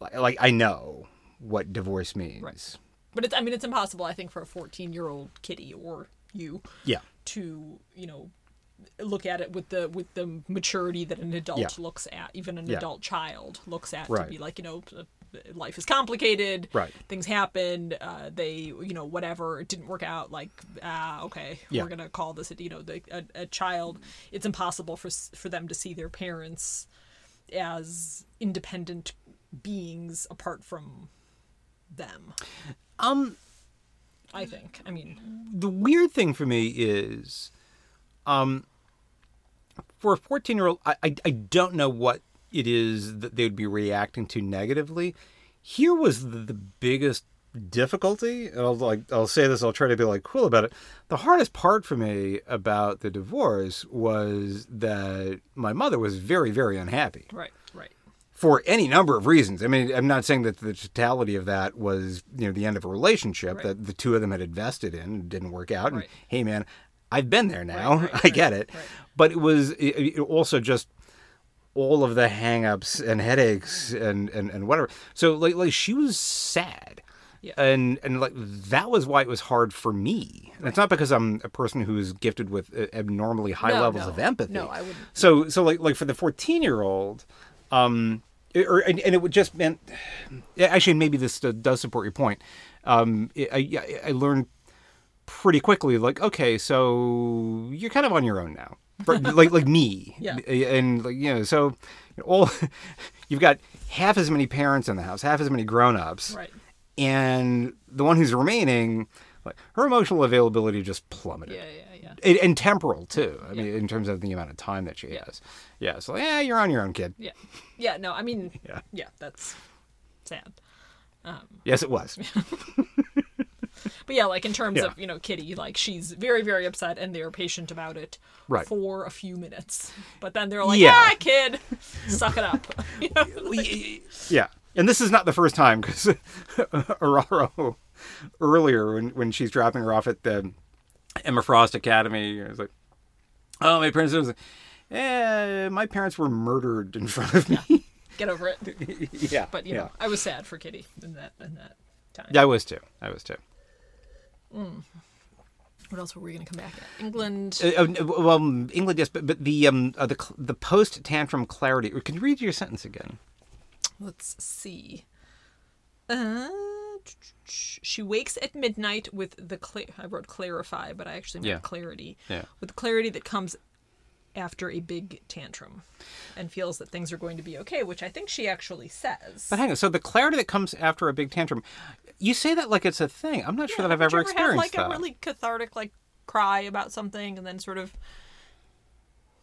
Speaker 1: like, like I know what divorce means.
Speaker 2: Right. But it's, I mean, it's impossible, I think, for a 14 year old kitty or you
Speaker 1: Yeah.
Speaker 2: to, you know, look at it with the with the maturity that an adult
Speaker 1: Yeah.
Speaker 2: looks at, even an
Speaker 1: Yeah.
Speaker 2: adult child looks at
Speaker 1: Right.
Speaker 2: to be like, you know, uh, life is complicated.
Speaker 1: Right.
Speaker 2: Things happened. Uh, they, you know, whatever. It didn't work out. Like, ah, okay,
Speaker 1: Yeah.
Speaker 2: we're gonna call this. a- You know, the, a, a child. It's impossible for s- for them to see their parents as independent beings apart from them.
Speaker 1: Um,
Speaker 2: I think. I mean,
Speaker 1: the weird thing for me is, um, for a 14 year old, I, I, I don't know what it is that they would be reacting to negatively. Here was the, the biggest difficulty, and I'll like I'll say this, I'll try to be like cool about it. The hardest part for me about the divorce was that my mother was very, very unhappy
Speaker 2: Right, right.
Speaker 1: for any number of reasons. I mean, I'm not saying that the totality of that was, you know, the end of a relationship
Speaker 2: Right.
Speaker 1: that the two of them had invested in and didn't work out.
Speaker 2: Right.
Speaker 1: And hey, man, I've been there now.
Speaker 2: right,
Speaker 1: I
Speaker 2: right,
Speaker 1: get it.
Speaker 2: right.
Speaker 1: But it was it, it also just all of the hangups and headaches and, and, and whatever. So like like she was sad.
Speaker 2: Yeah.
Speaker 1: And and like that was why it was hard for me. And it's not because I'm a person who is gifted with uh, abnormally high
Speaker 2: No,
Speaker 1: levels
Speaker 2: no.
Speaker 1: of empathy.
Speaker 2: No, I wouldn't.
Speaker 1: So so like like for the 14 year old, um, it- or and, and it would just meant yeah, actually maybe this d- does support your point. Um, I- I yeah, I learned pretty quickly like okay, so you're kind of on your own now. For- like like me
Speaker 2: Yeah.
Speaker 1: and like you know so all you've got half as many parents in the house half as many grown-ups
Speaker 2: Right.
Speaker 1: and the one who's remaining like her emotional availability just plummeted
Speaker 2: Yeah, yeah, yeah.
Speaker 1: and, and temporal too. I mean, in terms of the amount of time that she has. Yeah. So yeah, you're on your own, kid.
Speaker 2: Yeah. Yeah, no, I mean,
Speaker 1: Yeah.
Speaker 2: yeah, that's sad.
Speaker 1: Yes, it was.
Speaker 2: But yeah, like in terms
Speaker 1: Yeah.
Speaker 2: of, you know, Kitty, like she's very, very upset and they're patient about it
Speaker 1: Right.
Speaker 2: for a few minutes. But then they're like,
Speaker 1: Yeah.
Speaker 2: ah, kid, suck it up. You know?
Speaker 1: yeah. And this is not the first time because Araro earlier when when she's dropping her off at the Emma Frost Academy, I was like, oh, my parents. I was like, eh, my parents were murdered in front of me.
Speaker 2: Get over it.
Speaker 1: yeah.
Speaker 2: But, you
Speaker 1: yeah.
Speaker 2: know, I was sad for Kitty in that, in that time.
Speaker 1: Yeah, I was too. I was too.
Speaker 2: What else were we going to come back at? England.
Speaker 1: Uh, uh, n- well, um, England, yes, but, but the um uh, the cl- the post tantrum clarity. Can you read your sentence again?
Speaker 2: Let's see. Uh, she wakes at midnight with the cla- I wrote clarify, but I actually meant
Speaker 1: Yeah.
Speaker 2: clarity.
Speaker 1: Yeah.
Speaker 2: With the clarity that comes after a big tantrum, and feels that things are going to be okay, which I think she actually says.
Speaker 1: But hang on. So the clarity that comes after a big tantrum, you say that like it's a thing. I'm not sure that I've ever
Speaker 2: had,
Speaker 1: experienced
Speaker 2: like
Speaker 1: that.
Speaker 2: a really cathartic like cry about something, and then sort of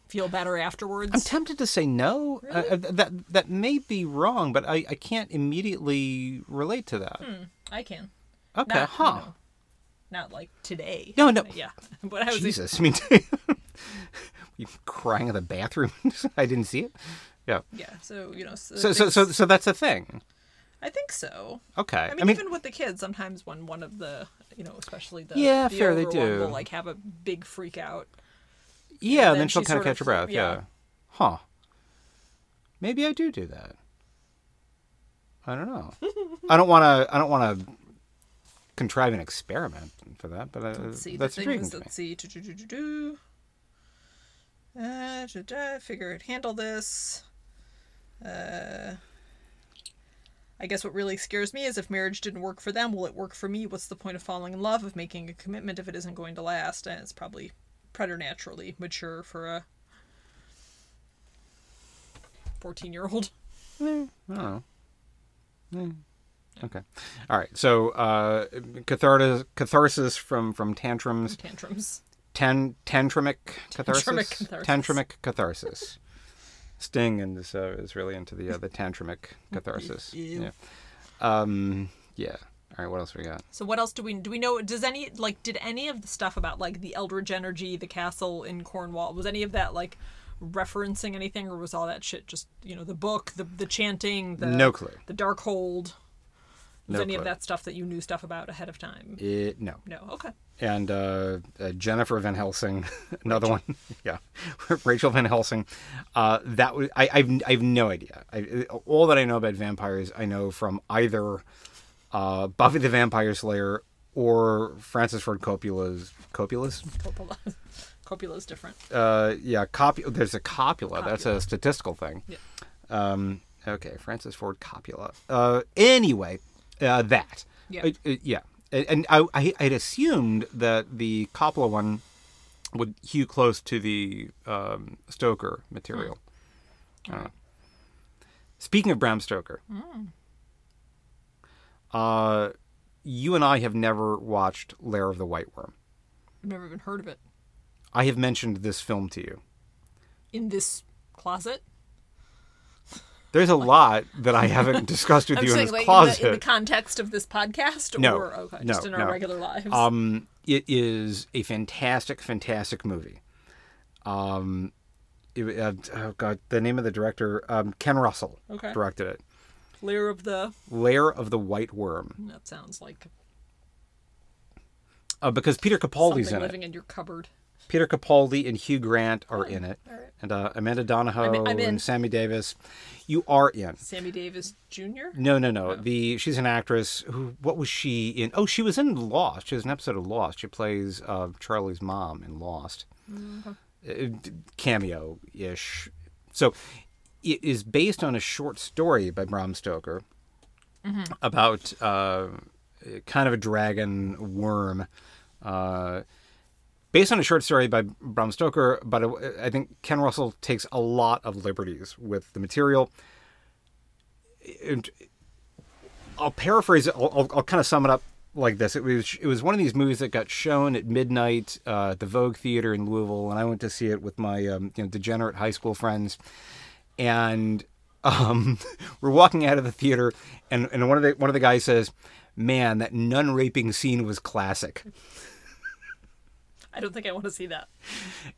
Speaker 2: feel better afterwards.
Speaker 1: I'm tempted to say no. Uh, Uh, th- that that may be wrong, but I, I can't immediately relate to that.
Speaker 2: I can.
Speaker 1: Okay,
Speaker 2: Not,
Speaker 1: huh?
Speaker 2: Hmm. you know, not like today.
Speaker 1: No, no.
Speaker 2: Yeah. But I was
Speaker 1: Jesus, I mean, you crying in the bathroom. I didn't see it. Yeah.
Speaker 2: yeah. So you know.
Speaker 1: So so so so that's a thing.
Speaker 2: I think so.
Speaker 1: Okay.
Speaker 2: I mean, even with the kids, sometimes when one of the, you know, especially the
Speaker 1: Yeah,
Speaker 2: the
Speaker 1: fair, they
Speaker 2: older one
Speaker 1: do.
Speaker 2: will like have a big freak out.
Speaker 1: Yeah, and then,
Speaker 2: then
Speaker 1: she'll
Speaker 2: she
Speaker 1: kind of
Speaker 2: sort of-
Speaker 1: catch her breath. Yeah.
Speaker 2: yeah.
Speaker 1: Huh. Maybe I do do that. I don't know. I don't want to. I don't want to contrive an experiment for that. But uh,
Speaker 2: Let's see,
Speaker 1: that's
Speaker 2: the thing
Speaker 1: intriguing
Speaker 2: was,
Speaker 1: to me.
Speaker 2: let's see, do, do, do, do, do. Uh, da, da, figure it handle this. Uh, I guess what really scares me is if marriage didn't work for them, will it work for me? What's the point of falling in love, of making a commitment if it isn't going to last? And it's probably preternaturally mature for a 14 year old.
Speaker 1: I don't know. Yeah. Okay. All right. So uh, catharsis, catharsis from from tantrums.
Speaker 2: Tantrums.
Speaker 1: Tan, tantrumic catharsis.
Speaker 2: Tantrumic catharsis.
Speaker 1: Tantrumic catharsis. Sting and this uh, is really into the uh, the tantrumic catharsis.
Speaker 2: Ew.
Speaker 1: Yeah. Um. Yeah. All right. What else we got?
Speaker 2: So what else do we do we know does any like did any of the stuff about like the Eldritch energy, the castle in Cornwall, was any of that like referencing anything or was all that shit just you know, the book, the the chanting, the
Speaker 1: No clue.
Speaker 2: The dark hold. Was
Speaker 1: No
Speaker 2: any of
Speaker 1: clue.
Speaker 2: that stuff that you knew stuff about ahead of time?
Speaker 1: Eh, no.
Speaker 2: No. Okay.
Speaker 1: And uh, uh, Jennifer Van Helsing, another one. yeah, Rachel Van Helsing. Uh, that was I, I've I've no idea. I, uh, all that I know about vampires, I know from either uh, Buffy the Vampire Slayer or Francis Ford Coppola's Coppola's.
Speaker 2: Coppola. Coppola's different.
Speaker 1: Uh, yeah, Coppola. There's a Coppola. That's a statistical thing.
Speaker 2: Yeah.
Speaker 1: Um, okay, Francis Ford Coppola. Uh, anyway, uh, that.
Speaker 2: Yeah.
Speaker 1: Uh, uh, yeah. A- And I, I had assumed that the Coppola one would hew close to the um, Stoker material. I don't know. Speaking of Bram Stoker,
Speaker 2: Hmm.
Speaker 1: uh, you and I have never watched Lair of the White Worm.
Speaker 2: I've never even heard of it.
Speaker 1: I have mentioned this film to you.
Speaker 2: In this closet?
Speaker 1: There's a lot that I haven't discussed with
Speaker 2: I'm
Speaker 1: you in
Speaker 2: saying,
Speaker 1: this
Speaker 2: like, in
Speaker 1: closet.
Speaker 2: the, in the context of this podcast,
Speaker 1: No,
Speaker 2: or okay,
Speaker 1: no,
Speaker 2: just in our
Speaker 1: no.
Speaker 2: regular lives.
Speaker 1: Um, it is a fantastic, fantastic movie. Um, it- uh, oh god, the name of the director, um, Ken Russell,
Speaker 2: Okay.
Speaker 1: directed it.
Speaker 2: Layer of the.
Speaker 1: Lair of the White Worm,
Speaker 2: That sounds like
Speaker 1: uh, because Peter Capaldi's
Speaker 2: something
Speaker 1: in
Speaker 2: living
Speaker 1: it.
Speaker 2: in your cupboard.
Speaker 1: Peter Capaldi and Hugh Grant are in it,
Speaker 2: all right.
Speaker 1: and uh, Amanda Donahoe
Speaker 2: I'm in- I'm in.
Speaker 1: and Sammy Davis. You are in.
Speaker 2: Sammy Davis Jr.
Speaker 1: No, no, no. The she's an actress who. What was she in? Oh, she was in Lost. She was an episode of Lost. She plays uh, Charlie's mom in Lost. Cameo ish. So it is based on a short story by Bram Stoker about uh, kind of a dragon worm. Uh, based on a short story by Bram Stoker, but uh, I I think Ken Russell takes a lot of liberties with the material and I'll paraphrase it. I'll, I'll, I'll kind of sum it up like this. It was it was one of these movies that got shown at midnight uh, at the Vogue Theater in Louisville, and I went to see it with my um, you know degenerate high school friends, and um, we're walking out of the theater, and, and one of the one of the guys says, "Man, that nun raping scene was classic."
Speaker 2: I don't think I want to see that.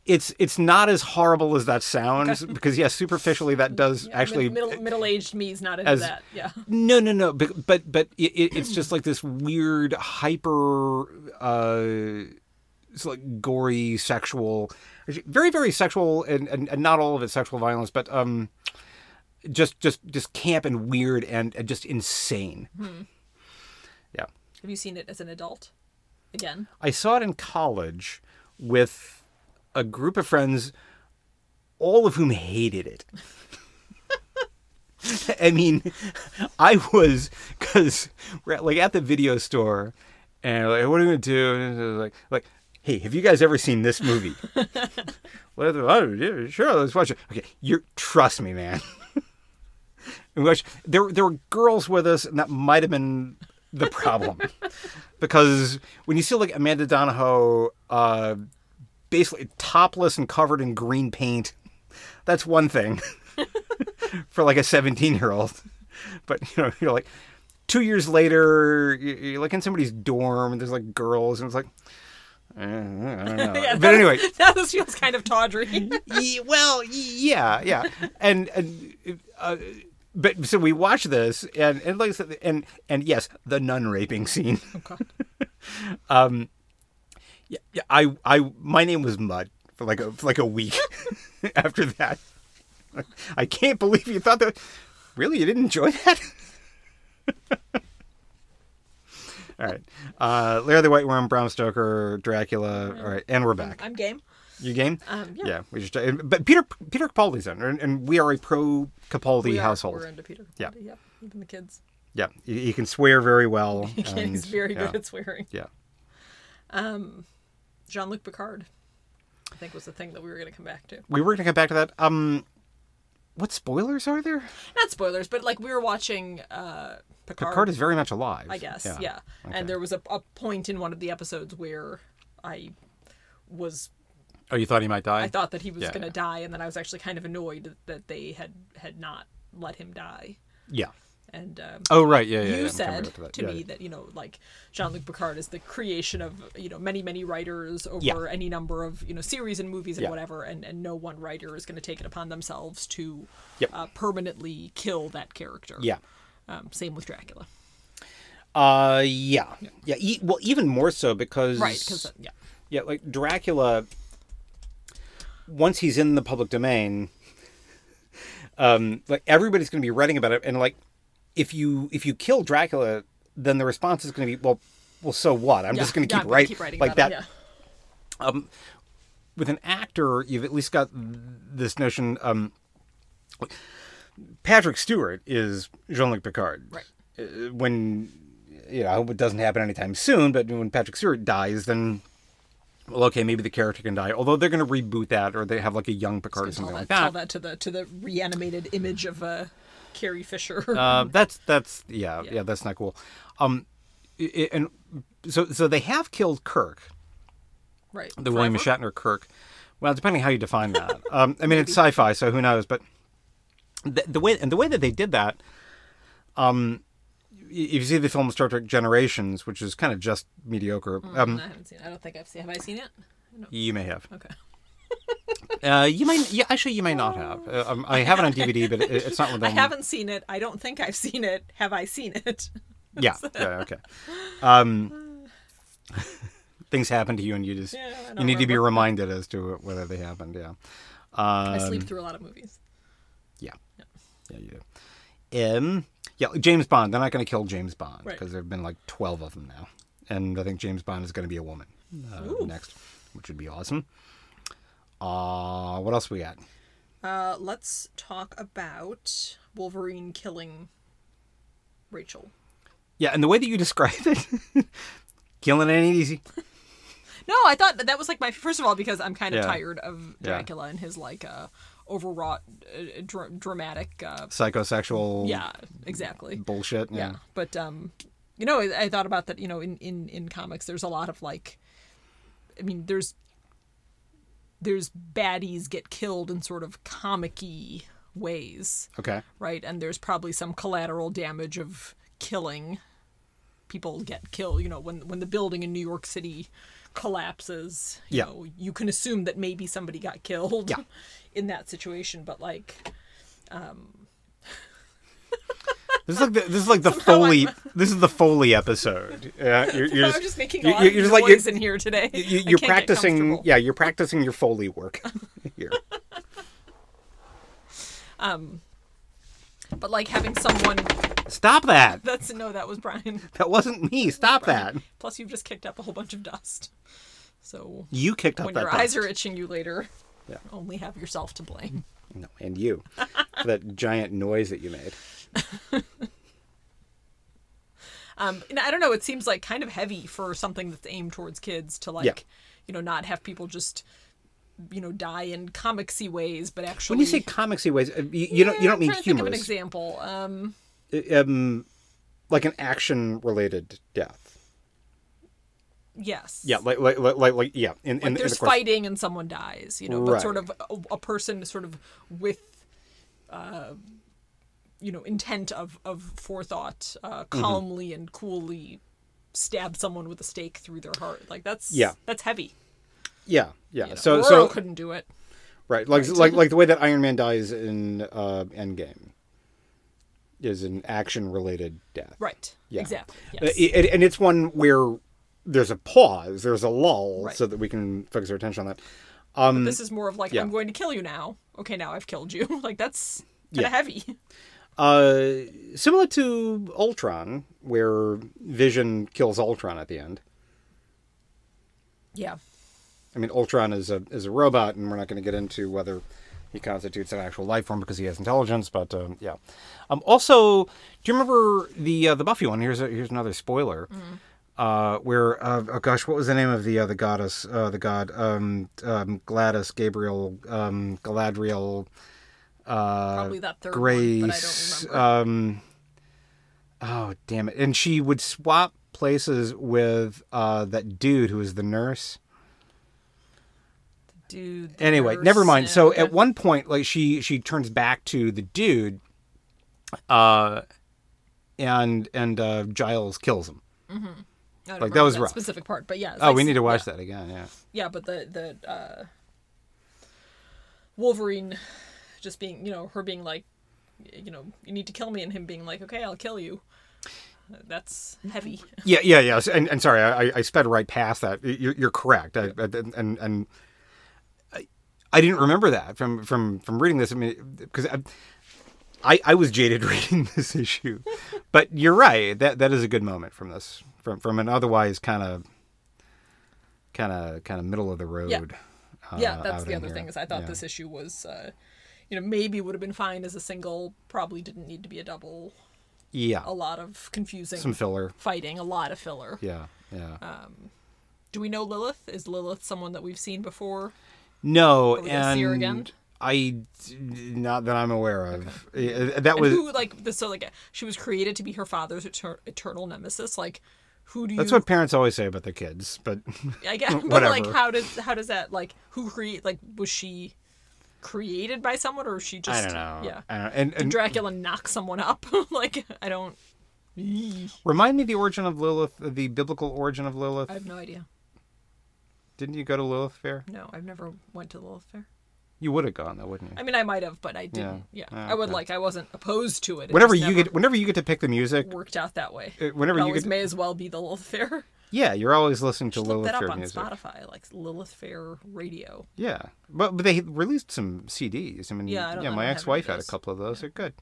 Speaker 1: It's it's not as horrible as that sounds because yes, superficially that does
Speaker 2: Yeah, mid-
Speaker 1: actually
Speaker 2: middle middle aged me's not into
Speaker 1: as-
Speaker 2: that. Yeah.
Speaker 1: No, no, no. But but but it, it, it's just like this weird hyper. Uh, it's like gory, sexual, very very sexual, and, and, and not all of it sexual violence, but um, just just just camp and weird and, and just insane. Yeah,
Speaker 2: Have you seen it as an adult? Again,
Speaker 1: I saw it in college with a group of friends, all of whom hated it. I mean, I was because we're at, like at the video store, and like, what are we gonna do? And it was like, like, hey, have you guys ever seen this movie? well, I don't know, "Oh, sure, let's watch it. Okay, you trust me, man. And we watched- there, there were girls with us, and that might have been the problem, because when you see like Amanda Donahoe, uh, basically topless and covered in green paint, that's one thing for like a 17 year old. But you know, you're like two years later, you- you're like in somebody's dorm, and there's like girls, and it's like, eh, I don't know.
Speaker 2: Yeah,
Speaker 1: but anyway,
Speaker 2: now this feels kind of tawdry.
Speaker 1: Ye- well, y- yeah, yeah, and and uh, but so we watched this, and and like I said, and and yes, the nun raping scene. Um, Yeah, yeah, I I my name was Mud for like a for like a week after that. I can't believe you thought that. Really, you didn't enjoy that. All right, uh, Larry the White Worm, Bram Stoker, Dracula. All right, and we're back.
Speaker 2: I'm game.
Speaker 1: You game?
Speaker 2: Um, yeah.
Speaker 1: we just. But Peter Peter Capaldi's in, and, and we are a pro Capaldi
Speaker 2: We are-
Speaker 1: household.
Speaker 2: We're into Peter.
Speaker 1: Yeah.
Speaker 2: Capaldi, Yep. Even the kids.
Speaker 1: Yeah, he, he can swear very well.
Speaker 2: Again, he's
Speaker 1: and,
Speaker 2: very
Speaker 1: yeah,
Speaker 2: good at swearing.
Speaker 1: Yeah,
Speaker 2: Jean Luc Picard, I think, was the thing that we were going to come back to.
Speaker 1: we were gonna come back to that. Um, what spoilers are there?
Speaker 2: Not spoilers, but like we were watching uh, Picard.
Speaker 1: Picard is very much alive.
Speaker 2: I guess, yeah. And there was a, a point in one of the episodes where I was
Speaker 1: Oh, you thought he might die?
Speaker 2: I thought that he was
Speaker 1: Yeah,
Speaker 2: going to
Speaker 1: yeah.
Speaker 2: die, and then I was actually kind of annoyed that they had had not let him die.
Speaker 1: Yeah.
Speaker 2: And um,
Speaker 1: Oh right, yeah, yeah. yeah, I'm
Speaker 2: you
Speaker 1: coming
Speaker 2: said
Speaker 1: back
Speaker 2: to,
Speaker 1: Yeah,
Speaker 2: me
Speaker 1: yeah.
Speaker 2: that you know, like Jean Luc Picard is the creation of you know many many writers over
Speaker 1: Yeah.
Speaker 2: any number of you know series and movies and
Speaker 1: Yeah.
Speaker 2: whatever, and and no one writer is going to take it upon themselves to
Speaker 1: Yep.
Speaker 2: uh, permanently kill that character.
Speaker 1: Yeah.
Speaker 2: Um, same with Dracula.
Speaker 1: Uh, yeah, yeah. E- well, even more so because
Speaker 2: Right. Because yeah.
Speaker 1: Yeah, like Dracula. Once he's in the public domain, um, like everybody's going to be writing about it, and like if you if you kill Dracula, then the response is going to be well, well, so what? I'm
Speaker 2: Yeah,
Speaker 1: just going to
Speaker 2: yeah,
Speaker 1: keep
Speaker 2: I'm gonna
Speaker 1: writing
Speaker 2: keep writing
Speaker 1: like
Speaker 2: about
Speaker 1: that.
Speaker 2: it,
Speaker 1: With an actor, you've at least got this notion. Um, Patrick Stewart is Jean Luc Picard.
Speaker 2: Right.
Speaker 1: Uh, when you know, I hope it doesn't happen anytime soon. But when Patrick Stewart dies, then well, okay, maybe the character can die. Although they're going to reboot that, or they have like a young Picard or
Speaker 2: Tell
Speaker 1: something
Speaker 2: that,
Speaker 1: like
Speaker 2: tell
Speaker 1: that.
Speaker 2: that to the to the reanimated image of uh, Carrie Fisher.
Speaker 1: Uh, that's that's yeah, yeah
Speaker 2: Yeah.
Speaker 1: that's not cool. Um, i- i- and so so they have killed Kirk,
Speaker 2: right.
Speaker 1: the William
Speaker 2: Forever?
Speaker 1: Shatner Kirk. Well, depending how you define that. um, I mean, it's sci-fi, so who knows? But the, the way and the way that they did that um if you see the film Star Trek Generations, which is kind of just mediocre, um,
Speaker 2: I haven't seen it. I don't think I've seen Have I seen it?
Speaker 1: you may have.
Speaker 2: Okay.
Speaker 1: Uh, you may, yeah, actually, you may not have. Uh, um, I have it on DVD, but it, it's not with
Speaker 2: I
Speaker 1: them.
Speaker 2: haven't seen it. I don't think I've seen it. Have I seen it?
Speaker 1: Yeah, yeah, okay. Um, things happen to you, and you just
Speaker 2: Yeah, I
Speaker 1: you need
Speaker 2: don't
Speaker 1: to be reminded as to whether they happened. Yeah, Uh,
Speaker 2: I
Speaker 1: Um,
Speaker 2: sleep through a lot of movies.
Speaker 1: yeah, yeah, you do. Um, yeah, James Bond. They're not going to kill James Bond
Speaker 2: Right.
Speaker 1: because there have been like twelve of them now, and I think James Bond is going to be a woman uh,
Speaker 2: Ooh.
Speaker 1: next, which would be awesome. Uh, what else we got?
Speaker 2: Uh, let's talk about Wolverine killing Rachel.
Speaker 1: Yeah, and the way that you describe it, killing it ain't easy.
Speaker 2: No, I thought that, that was like my first of all because I'm kind of
Speaker 1: Yeah.
Speaker 2: tired of Dracula and his like uh, overwrought, uh, dr- dramatic. Uh,
Speaker 1: Psychosexual.
Speaker 2: yeah, exactly.
Speaker 1: Bullshit.
Speaker 2: yeah.
Speaker 1: yeah.
Speaker 2: But um, you know, I, I thought about that. You know, in in in comics, there's a lot of like, I mean, there's there's baddies get killed in sort of comic-y ways,
Speaker 1: Okay.
Speaker 2: right? And there's probably some collateral damage of killing. People get killed. You know, when when the building in New York City collapses, you
Speaker 1: Yeah.
Speaker 2: know, you can assume that maybe somebody got killed
Speaker 1: Yeah.
Speaker 2: in that situation. But like,
Speaker 1: This is like the, this is like the Foley. This is the Foley episode. Yeah, you're, you're
Speaker 2: I'm just making a
Speaker 1: you're-
Speaker 2: lot of
Speaker 1: you're just
Speaker 2: noise
Speaker 1: like- you're-
Speaker 2: in here today.
Speaker 1: you,
Speaker 2: I
Speaker 1: you're
Speaker 2: can't get
Speaker 1: practicing.
Speaker 2: comfortable.
Speaker 1: Yeah, you're practicing your Foley work here.
Speaker 2: But like having someone
Speaker 1: Stop that.
Speaker 2: that's no, that was Brian.
Speaker 1: That wasn't me. Stop that.
Speaker 2: Plus, you've just kicked up a whole bunch of dust. So
Speaker 1: You kicked up
Speaker 2: when
Speaker 1: that.
Speaker 2: your
Speaker 1: dust.
Speaker 2: eyes are itching you later,
Speaker 1: Yeah.
Speaker 2: only have yourself to blame.
Speaker 1: No, and you, for that giant noise that you made.
Speaker 2: Um, and I don't know. It seems like kind of heavy for something that's aimed towards kids to like, you know, not have people just, you know, die in comicsy ways, but actually.
Speaker 1: When you say comicsy ways, uh, you, you don't you
Speaker 2: Yeah,
Speaker 1: don't
Speaker 2: I'm
Speaker 1: mean
Speaker 2: trying to think of an
Speaker 1: humorous,
Speaker 2: example. Um,
Speaker 1: um, like an action related death.
Speaker 2: yes.
Speaker 1: Yeah, like like like, like, like yeah. In, in,
Speaker 2: like
Speaker 1: in
Speaker 2: there's
Speaker 1: the course.
Speaker 2: fighting and someone dies, you know, but sort
Speaker 1: Right.
Speaker 2: of a, a person sort of with, uh, you know, intent of of forethought, uh,
Speaker 1: Mm-hmm.
Speaker 2: calmly and coolly stab someone with a stake through their heart. Like that's
Speaker 1: Yeah.
Speaker 2: that's heavy.
Speaker 1: Yeah, yeah.
Speaker 2: You know?
Speaker 1: So
Speaker 2: Roro
Speaker 1: so
Speaker 2: couldn't do it.
Speaker 1: Right, like like like the way that Iron Man dies in uh, Endgame is an action-related death.
Speaker 2: Right.
Speaker 1: Yeah.
Speaker 2: Exactly.
Speaker 1: Uh,
Speaker 2: Yes.
Speaker 1: it- and it's one where there's a pause, there's a lull,
Speaker 2: Right.
Speaker 1: so that we can focus our attention on that.
Speaker 2: this is more of like
Speaker 1: um, yeah.
Speaker 2: I'm going to kill you now. Okay, now I've killed you. like that's kind
Speaker 1: Yeah.
Speaker 2: of heavy.
Speaker 1: Uh, similar to Ultron, where Vision kills Ultron at the end.
Speaker 2: Yeah.
Speaker 1: I mean, Ultron is a is a robot, and we're not going to get into whether he constitutes an actual life form because he has intelligence. But um, yeah. Um, also, do you remember the uh, the Buffy one? Here's a, here's another spoiler. Uh, where uh, oh gosh, what was the name of the uh, the goddess? Uh, the god um, um, Gladys, Gabriel, um, Galadriel, uh,
Speaker 2: Probably that third one, but I don't
Speaker 1: Grace.
Speaker 2: remember.
Speaker 1: Um, oh damn it! And she would swap places with uh, that dude who was the nurse
Speaker 2: Dude. the
Speaker 1: anyway
Speaker 2: nurse
Speaker 1: never mind so
Speaker 2: and-
Speaker 1: at one point like she she turns back to the dude uh and and uh giles kills him
Speaker 2: I don't
Speaker 1: like, that
Speaker 2: remember
Speaker 1: was rough.
Speaker 2: specific part, but yeah. it's
Speaker 1: oh
Speaker 2: like-
Speaker 1: we need to
Speaker 2: yeah.
Speaker 1: watch that again yeah
Speaker 2: yeah, but the the uh, Wolverine just being, you know, her being like, you know, you need to kill me, and him being like, okay, I'll kill you. That's heavy.
Speaker 1: yeah yeah yeah So- and, and sorry I, I- I sped right past that you're, you're correct I, I- and and I- I didn't remember that from from from reading this I mean because I, I I was jaded reading this issue but you're right that that is a good moment from this from from an otherwise kind of kind of kind of middle of the road uh,
Speaker 2: yeah, that's
Speaker 1: outing
Speaker 2: the other
Speaker 1: here.
Speaker 2: thing is I thought
Speaker 1: Yeah.
Speaker 2: this issue was, uh, you know, maybe would have been fine as a single. Probably didn't need to be a double.
Speaker 1: yeah
Speaker 2: A lot of confusing
Speaker 1: some filler
Speaker 2: fighting, a lot of filler.
Speaker 1: yeah yeah
Speaker 2: Uh, Do we know Lilith? Is Lilith someone that we've seen before?
Speaker 1: no
Speaker 2: we gonna
Speaker 1: and
Speaker 2: see her again?
Speaker 1: I not that I'm aware of Yeah, that
Speaker 2: And
Speaker 1: was
Speaker 2: who like the, so like she was created to be her father's eter- eternal nemesis? Like, who do you?
Speaker 1: That's what parents always say about their kids, but
Speaker 2: I guess, but like,
Speaker 1: Whatever.
Speaker 2: how does how does that like who create like was she created by someone or is she
Speaker 1: I
Speaker 2: just
Speaker 1: don't know.
Speaker 2: yeah
Speaker 1: I don't know. And,
Speaker 2: Did
Speaker 1: and
Speaker 2: Dracula knock someone up like I don't
Speaker 1: remind me the origin of Lilith, the biblical origin of Lilith.
Speaker 2: I have no idea
Speaker 1: Didn't you go to Lilith Fair?
Speaker 2: no I've never went to the Lilith Fair
Speaker 1: You would have gone though, wouldn't you?
Speaker 2: I mean I might have but I didn't yeah,
Speaker 1: Yeah.
Speaker 2: I would like I wasn't opposed to it, it
Speaker 1: whenever
Speaker 2: just
Speaker 1: you
Speaker 2: never
Speaker 1: get, whenever you get to pick the music,
Speaker 2: worked out that way
Speaker 1: uh, whenever
Speaker 2: it
Speaker 1: you
Speaker 2: always
Speaker 1: get, to-
Speaker 2: may as well be the Lilith Fair
Speaker 1: yeah, you're always listening to
Speaker 2: look
Speaker 1: Lilith
Speaker 2: that up
Speaker 1: Fair
Speaker 2: on
Speaker 1: music.
Speaker 2: Spotify like Lilith Fair radio
Speaker 1: Yeah, but, but they released some CDs. I mean,
Speaker 2: Yeah, I
Speaker 1: yeah,
Speaker 2: don't- I don't
Speaker 1: my
Speaker 2: have any of
Speaker 1: ex-wife had a
Speaker 2: those.
Speaker 1: couple of those. They're good.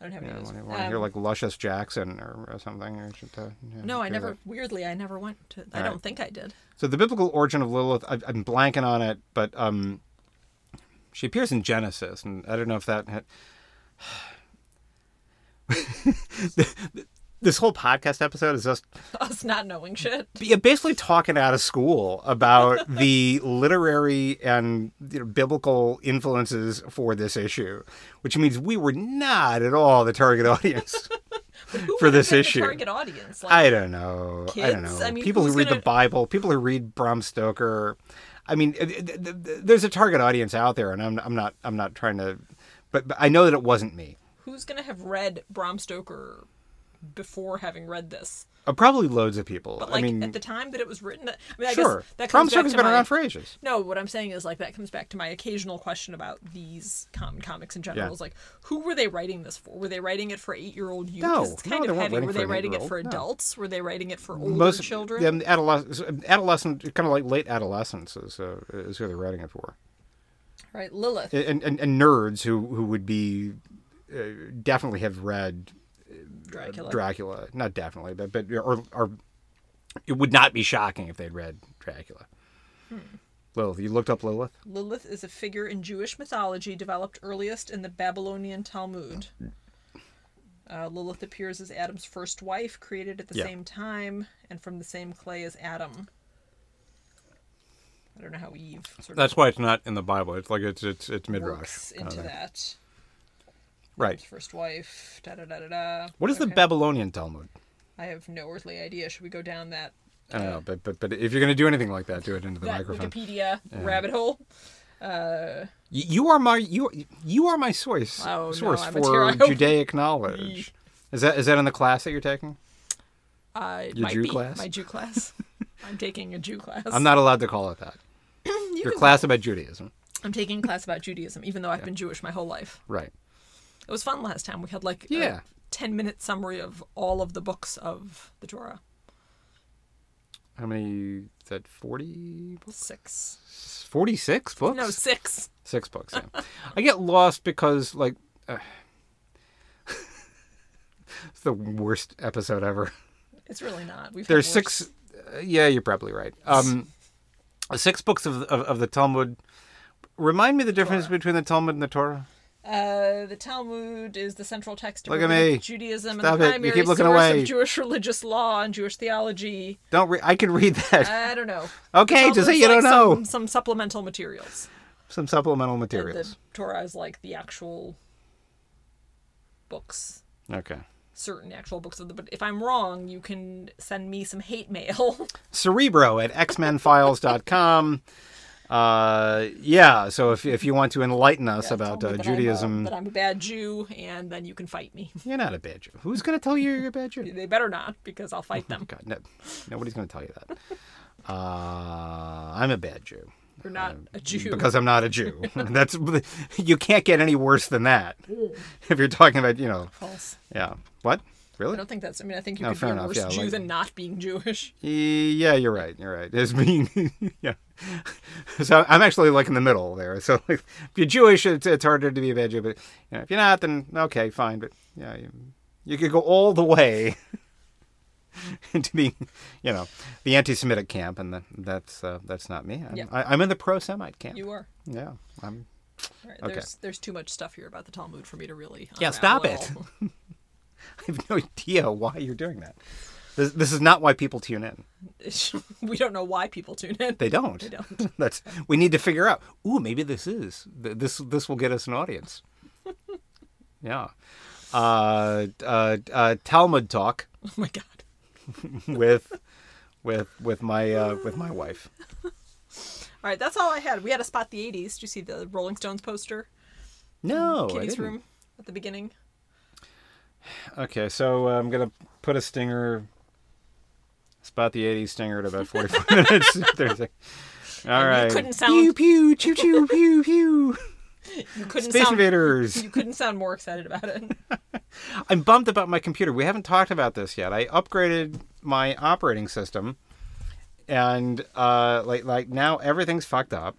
Speaker 2: I don't have any
Speaker 1: Yeah,
Speaker 2: of those
Speaker 1: want to hear
Speaker 2: Um,
Speaker 1: like Luscious Jackson or, or something? Or should, uh, yeah,
Speaker 2: no I
Speaker 1: hear
Speaker 2: never
Speaker 1: that.
Speaker 2: weirdly I never went to I
Speaker 1: All right.
Speaker 2: don't think I did
Speaker 1: So the biblical origin of Lilith, I, I'm blanking on it, but um, she appears in Genesis, and I don't know if that. Had... this whole podcast episode is us
Speaker 2: us not knowing shit
Speaker 1: yeah, basically talking out of school about the literary and you know, biblical influences for this issue, which means we were not at all the target audience.
Speaker 2: Who
Speaker 1: For
Speaker 2: would have
Speaker 1: this
Speaker 2: been the
Speaker 1: issue.
Speaker 2: target audience like
Speaker 1: I don't know. I don't
Speaker 2: Kids?
Speaker 1: know.
Speaker 2: I mean,
Speaker 1: people who
Speaker 2: who's
Speaker 1: read
Speaker 2: gonna-
Speaker 1: the Bible, people who read Bram Stoker. I mean, th- th- th- th- there's a target audience out there, and I'm, I'm not. I'm not trying to. But, but I know that it wasn't me.
Speaker 2: who's gonna have read Bram Stoker before having read this?
Speaker 1: Uh, probably loads of people.
Speaker 2: But like
Speaker 1: I mean,
Speaker 2: at the time that it was written, I mean, I
Speaker 1: sure.
Speaker 2: guess that
Speaker 1: Bram
Speaker 2: comes back
Speaker 1: Stoker's
Speaker 2: to
Speaker 1: been
Speaker 2: my-
Speaker 1: around for ages.
Speaker 2: No, what I'm saying is like that comes back to my occasional question about these common comics in general.
Speaker 1: Yeah.
Speaker 2: Is like, who were they writing this for? Were they writing it for eight year old youth?
Speaker 1: No,
Speaker 2: 'Cause it's kind
Speaker 1: no, they
Speaker 2: of
Speaker 1: weren't
Speaker 2: heavy.
Speaker 1: writing
Speaker 2: Were
Speaker 1: for
Speaker 2: they
Speaker 1: an
Speaker 2: writing it
Speaker 1: eight-year-old,
Speaker 2: for
Speaker 1: no.
Speaker 2: adults? Were they writing it for older
Speaker 1: Most
Speaker 2: children?
Speaker 1: Yeah, adolescent, adolescent, kind of like late adolescents is uh, is who they're writing it for,
Speaker 2: Right, Lilith.
Speaker 1: and and, and nerds who who would be uh, definitely have read
Speaker 2: Dracula.
Speaker 1: Dracula. Not definitely, but but or or it would not be shocking if they'd read Dracula.
Speaker 2: Hmm.
Speaker 1: Lilith, you looked up Lilith.
Speaker 2: Lilith is a figure in Jewish mythology developed earliest in the Babylonian Talmud. Uh, Lilith appears as Adam's first wife, created at the
Speaker 1: Yeah.
Speaker 2: same time and from the same clay as Adam. I don't know how Eve sort of
Speaker 1: why it's not in the Bible. It's like it's it's it's
Speaker 2: works into that.
Speaker 1: Right.
Speaker 2: First wife, da da da da da.
Speaker 1: What is the
Speaker 2: Okay.
Speaker 1: Babylonian Talmud?
Speaker 2: I have no earthly idea. Should we go down that
Speaker 1: I don't know, but but but if you're gonna do anything like that, do it into the
Speaker 2: that
Speaker 1: microphone.
Speaker 2: Wikipedia rabbit hole?
Speaker 1: Y- You are my you you are my source
Speaker 2: Oh, no,
Speaker 1: source
Speaker 2: I'm a tear- I
Speaker 1: for
Speaker 2: hope-
Speaker 1: Judaic knowledge. Is that is that in the class that you're taking?
Speaker 2: Uh,
Speaker 1: Your
Speaker 2: might
Speaker 1: Jew
Speaker 2: be
Speaker 1: class?
Speaker 2: My Jew class. I'm taking a Jew class.
Speaker 1: I'm not allowed to call it that. Your class about Judaism,
Speaker 2: I'm taking a class about Judaism, even though I've been Jewish my whole life.
Speaker 1: right?
Speaker 2: It was fun last time. We had like
Speaker 1: Yeah.
Speaker 2: a 10 minute summary of all of the books of the Torah.
Speaker 1: How many? Is that forty?
Speaker 2: Six.
Speaker 1: Forty six books?
Speaker 2: No, six.
Speaker 1: Six books. Yeah. I get lost because like uh, it's the worst episode ever.
Speaker 2: It's really not. We've had
Speaker 1: There's
Speaker 2: worse.
Speaker 1: six. Uh, yeah, you're probably right. Um, six books of, of of the Talmud. Remind me the difference between the Talmud and the Torah.
Speaker 2: Uh, the Talmud is the central text of
Speaker 1: Look at
Speaker 2: rabbinic
Speaker 1: me.
Speaker 2: Judaism
Speaker 1: Stop it.
Speaker 2: and
Speaker 1: You
Speaker 2: the primary
Speaker 1: keep looking
Speaker 2: source
Speaker 1: away.
Speaker 2: of Jewish religious law and Jewish theology.
Speaker 1: Don't re- I can read that.
Speaker 2: I don't know.
Speaker 1: Okay,
Speaker 2: Talmud's
Speaker 1: just say you
Speaker 2: Uh, like
Speaker 1: don't know
Speaker 2: Some,
Speaker 1: some,
Speaker 2: some supplemental materials.
Speaker 1: supplemental
Speaker 2: And
Speaker 1: materials.
Speaker 2: The Torah is like the actual books
Speaker 1: Okay.
Speaker 2: certain actual books of the but if i'm wrong you can send me some hate mail
Speaker 1: Cerebro at xmenfiles.com. Uh, yeah. So if if you want to enlighten us about
Speaker 2: Tell me
Speaker 1: uh,
Speaker 2: that
Speaker 1: Judaism,
Speaker 2: I'm a, that i'm a bad jew and then you can fight me
Speaker 1: You're not a bad Jew. Who's going to tell you you're a bad Jew?
Speaker 2: they better not because i'll fight them
Speaker 1: God, no, nobody's going to tell you that. Uh, I'm a bad Jew
Speaker 2: you're not a jew
Speaker 1: Uh, because I'm not a Jew. That's you can't get any worse than that. If you're talking about, you know,
Speaker 2: false
Speaker 1: yeah, what?
Speaker 2: i
Speaker 1: Really?
Speaker 2: don't think that's i mean i think you
Speaker 1: No,
Speaker 2: could be
Speaker 1: fair
Speaker 2: a
Speaker 1: enough,
Speaker 2: worse
Speaker 1: yeah,
Speaker 2: jew
Speaker 1: like-
Speaker 2: than not being jewish
Speaker 1: E- Yeah, you're right. You're right. As being, yeah. So I'm actually like in the middle there. So like, if you're Jewish, it's, it's harder to be a bad Jew. But you know, if you're not, then okay, fine. But yeah, you, you could go all the way into being, you know, the anti-Semitic camp, and that that's uh, that's not me. I'm,
Speaker 2: Yeah.
Speaker 1: I, I'm in the pro-Semite camp.
Speaker 2: you are
Speaker 1: yeah, I'm.
Speaker 2: All right,
Speaker 1: Okay.
Speaker 2: there's there's too much stuff here about the talmud for me to really
Speaker 1: Yeah,
Speaker 2: unravel
Speaker 1: stop
Speaker 2: at
Speaker 1: it.
Speaker 2: all.
Speaker 1: I have no idea why you're doing that. This, this is not why people tune in.
Speaker 2: we don't know why people tune in
Speaker 1: They don't. They
Speaker 2: don't.
Speaker 1: That's we need to figure out. Ooh, maybe this is th- this. This will get us an audience. yeah. Uh, uh, uh, Talmud talk
Speaker 2: oh my god
Speaker 1: with with with my uh, with my wife.
Speaker 2: All right, that's all I had. We had to spot the 80s. Did you see the Rolling Stones poster?
Speaker 1: No, Oh, I
Speaker 2: Kitty's
Speaker 1: didn't.
Speaker 2: room at the beginning.
Speaker 1: Okay, so uh, I'm gonna put a stinger. Spot the '80s stinger at about 45 minutes. There's a- All right.
Speaker 2: You couldn't sound
Speaker 1: Pew pew choo choo pew pew.
Speaker 2: you couldn't
Speaker 1: Space
Speaker 2: sound
Speaker 1: Invaders.
Speaker 2: you couldn't sound more excited about it.
Speaker 1: I'm bummed about my computer. We haven't talked about this yet. I upgraded my operating system, and uh, like like now everything's fucked up,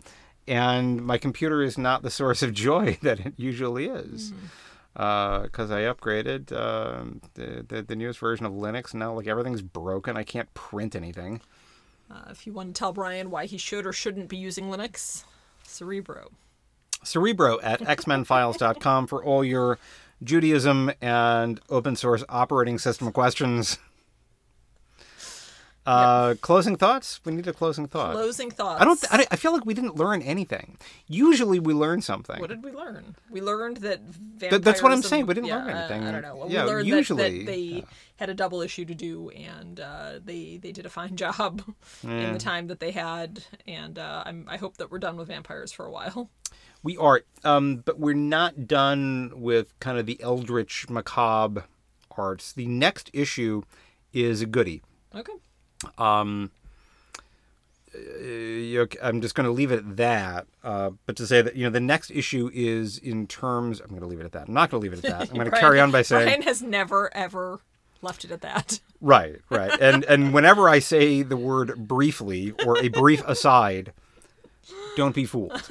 Speaker 1: and my computer is not the source of joy that it usually is. Because I upgraded um the, the the newest version of Linux now, like everything's broken. I can't print anything.
Speaker 2: Uh, if you want to tell Brian why he should or shouldn't be using Linux, Cerebro.
Speaker 1: Cerebro at xmenfiles.com for all your Judaism and open source operating system questions. Uh, Closing thoughts? We need a closing thought.
Speaker 2: Closing thoughts.
Speaker 1: Uh, I don't. I, don't- I feel like we didn't learn anything. Usually, we learn something.
Speaker 2: What did we learn? We learned that vampirism.
Speaker 1: that's what I'm saying. We didn't
Speaker 2: yeah,
Speaker 1: learn anything.
Speaker 2: I, I don't know.
Speaker 1: Yeah,
Speaker 2: we learned that-
Speaker 1: usually-
Speaker 2: that, they had a double issue to do, and uh, they they did a fine job in the time that they had. And uh, I'm, I hope that we're done with vampires for a while.
Speaker 1: We are, um, but we're not done with kind of the eldritch macabre arts. The next issue is a goodie.
Speaker 2: Okay.
Speaker 1: you- I'm just going to leave it at that. Uh, but to say that you know the next issue is in terms. I'm going to leave it at that. I'm not going to leave it at that. I'm going to
Speaker 2: Brian-
Speaker 1: carry on by saying
Speaker 2: Brian has never ever left it at that.
Speaker 1: right, right, and and whenever I say the word briefly or a brief aside, don't be fooled.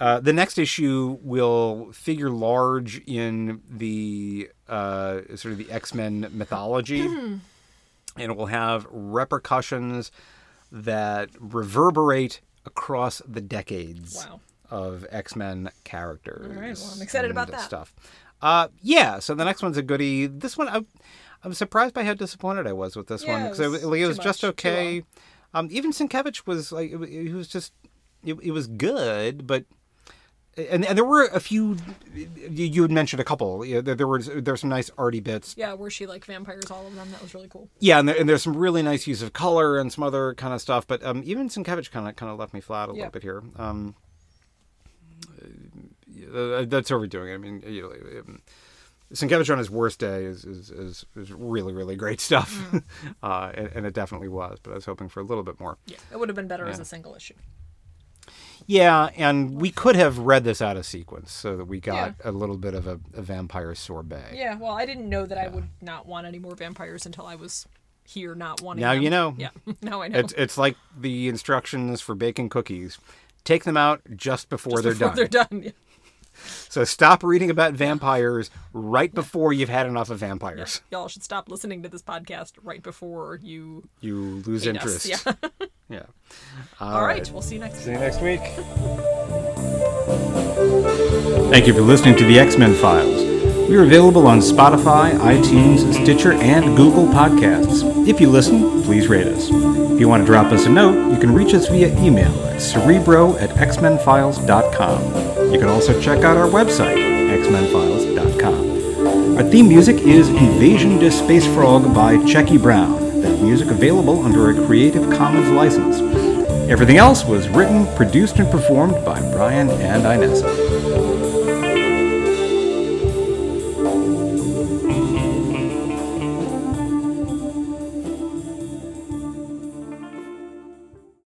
Speaker 1: Uh, the next issue will figure large in the uh, sort of the X Men mythology, and it will have repercussions that reverberate across the decades
Speaker 2: Wow.
Speaker 1: of X Men characters.
Speaker 2: All right, well, I'm excited about
Speaker 1: and
Speaker 2: that.
Speaker 1: stuff. Uh, yeah, so the next one's a goodie. This one, I, I'm surprised by how disappointed I was with this one
Speaker 2: Yeah, it
Speaker 1: because it,
Speaker 2: was
Speaker 1: like, it
Speaker 2: too
Speaker 1: was just
Speaker 2: much, too
Speaker 1: okay. Um, even Sienkiewicz was like, it, it was just, it, it was good, but. And, and there were a few you, you had mentioned a couple you know, there, there were there were some nice arty bits
Speaker 2: Yeah, where she like vampires all of them. That was really cool.
Speaker 1: yeah and, there, and there's some really nice use of color and some other kind of stuff but um, even Sienkiewicz kind of kind of left me flat a
Speaker 2: Yeah.
Speaker 1: little bit here um, uh, that's overdoing it. I mean, you know, um, Sienkiewicz on his worst day is is, is, is really really great stuff,
Speaker 2: Mm.
Speaker 1: uh, and, and it definitely was. But I was hoping for a little bit more.
Speaker 2: Yeah, it would have been better as a single issue.
Speaker 1: Yeah, and we could have read this out of sequence so that we got
Speaker 2: Yeah.
Speaker 1: a little bit of a, a vampire sorbet.
Speaker 2: Yeah, well, I didn't know that I would not want any more vampires until I was here not wanting
Speaker 1: Now
Speaker 2: them.
Speaker 1: you know.
Speaker 2: Yeah, now I know.
Speaker 1: It's it's like the instructions for baking cookies. Take them out just before, they're,
Speaker 2: Before
Speaker 1: done.
Speaker 2: They're done. Yeah.
Speaker 1: So stop reading about vampires right before you've had enough of vampires.
Speaker 2: Y'all should stop listening to this podcast right before you.
Speaker 1: You lose
Speaker 2: Hate us,
Speaker 1: interest.
Speaker 2: yeah.
Speaker 1: yeah.
Speaker 2: All right. we'll see you next
Speaker 1: See you next week.
Speaker 3: Thank you for listening to the X Men Files. We are available on Spotify, iTunes, Stitcher, and Google Podcasts. If you listen, please rate us. If you want to drop us a note, you can reach us via email at cerebro at xmenfiles.com. You can also check out our website, xmenfiles.com. Our theme music is Invasion to Space Frog by Checky Brown. That music available under a Creative Commons license. Everything else was written, produced, and performed by Brian and Inessa.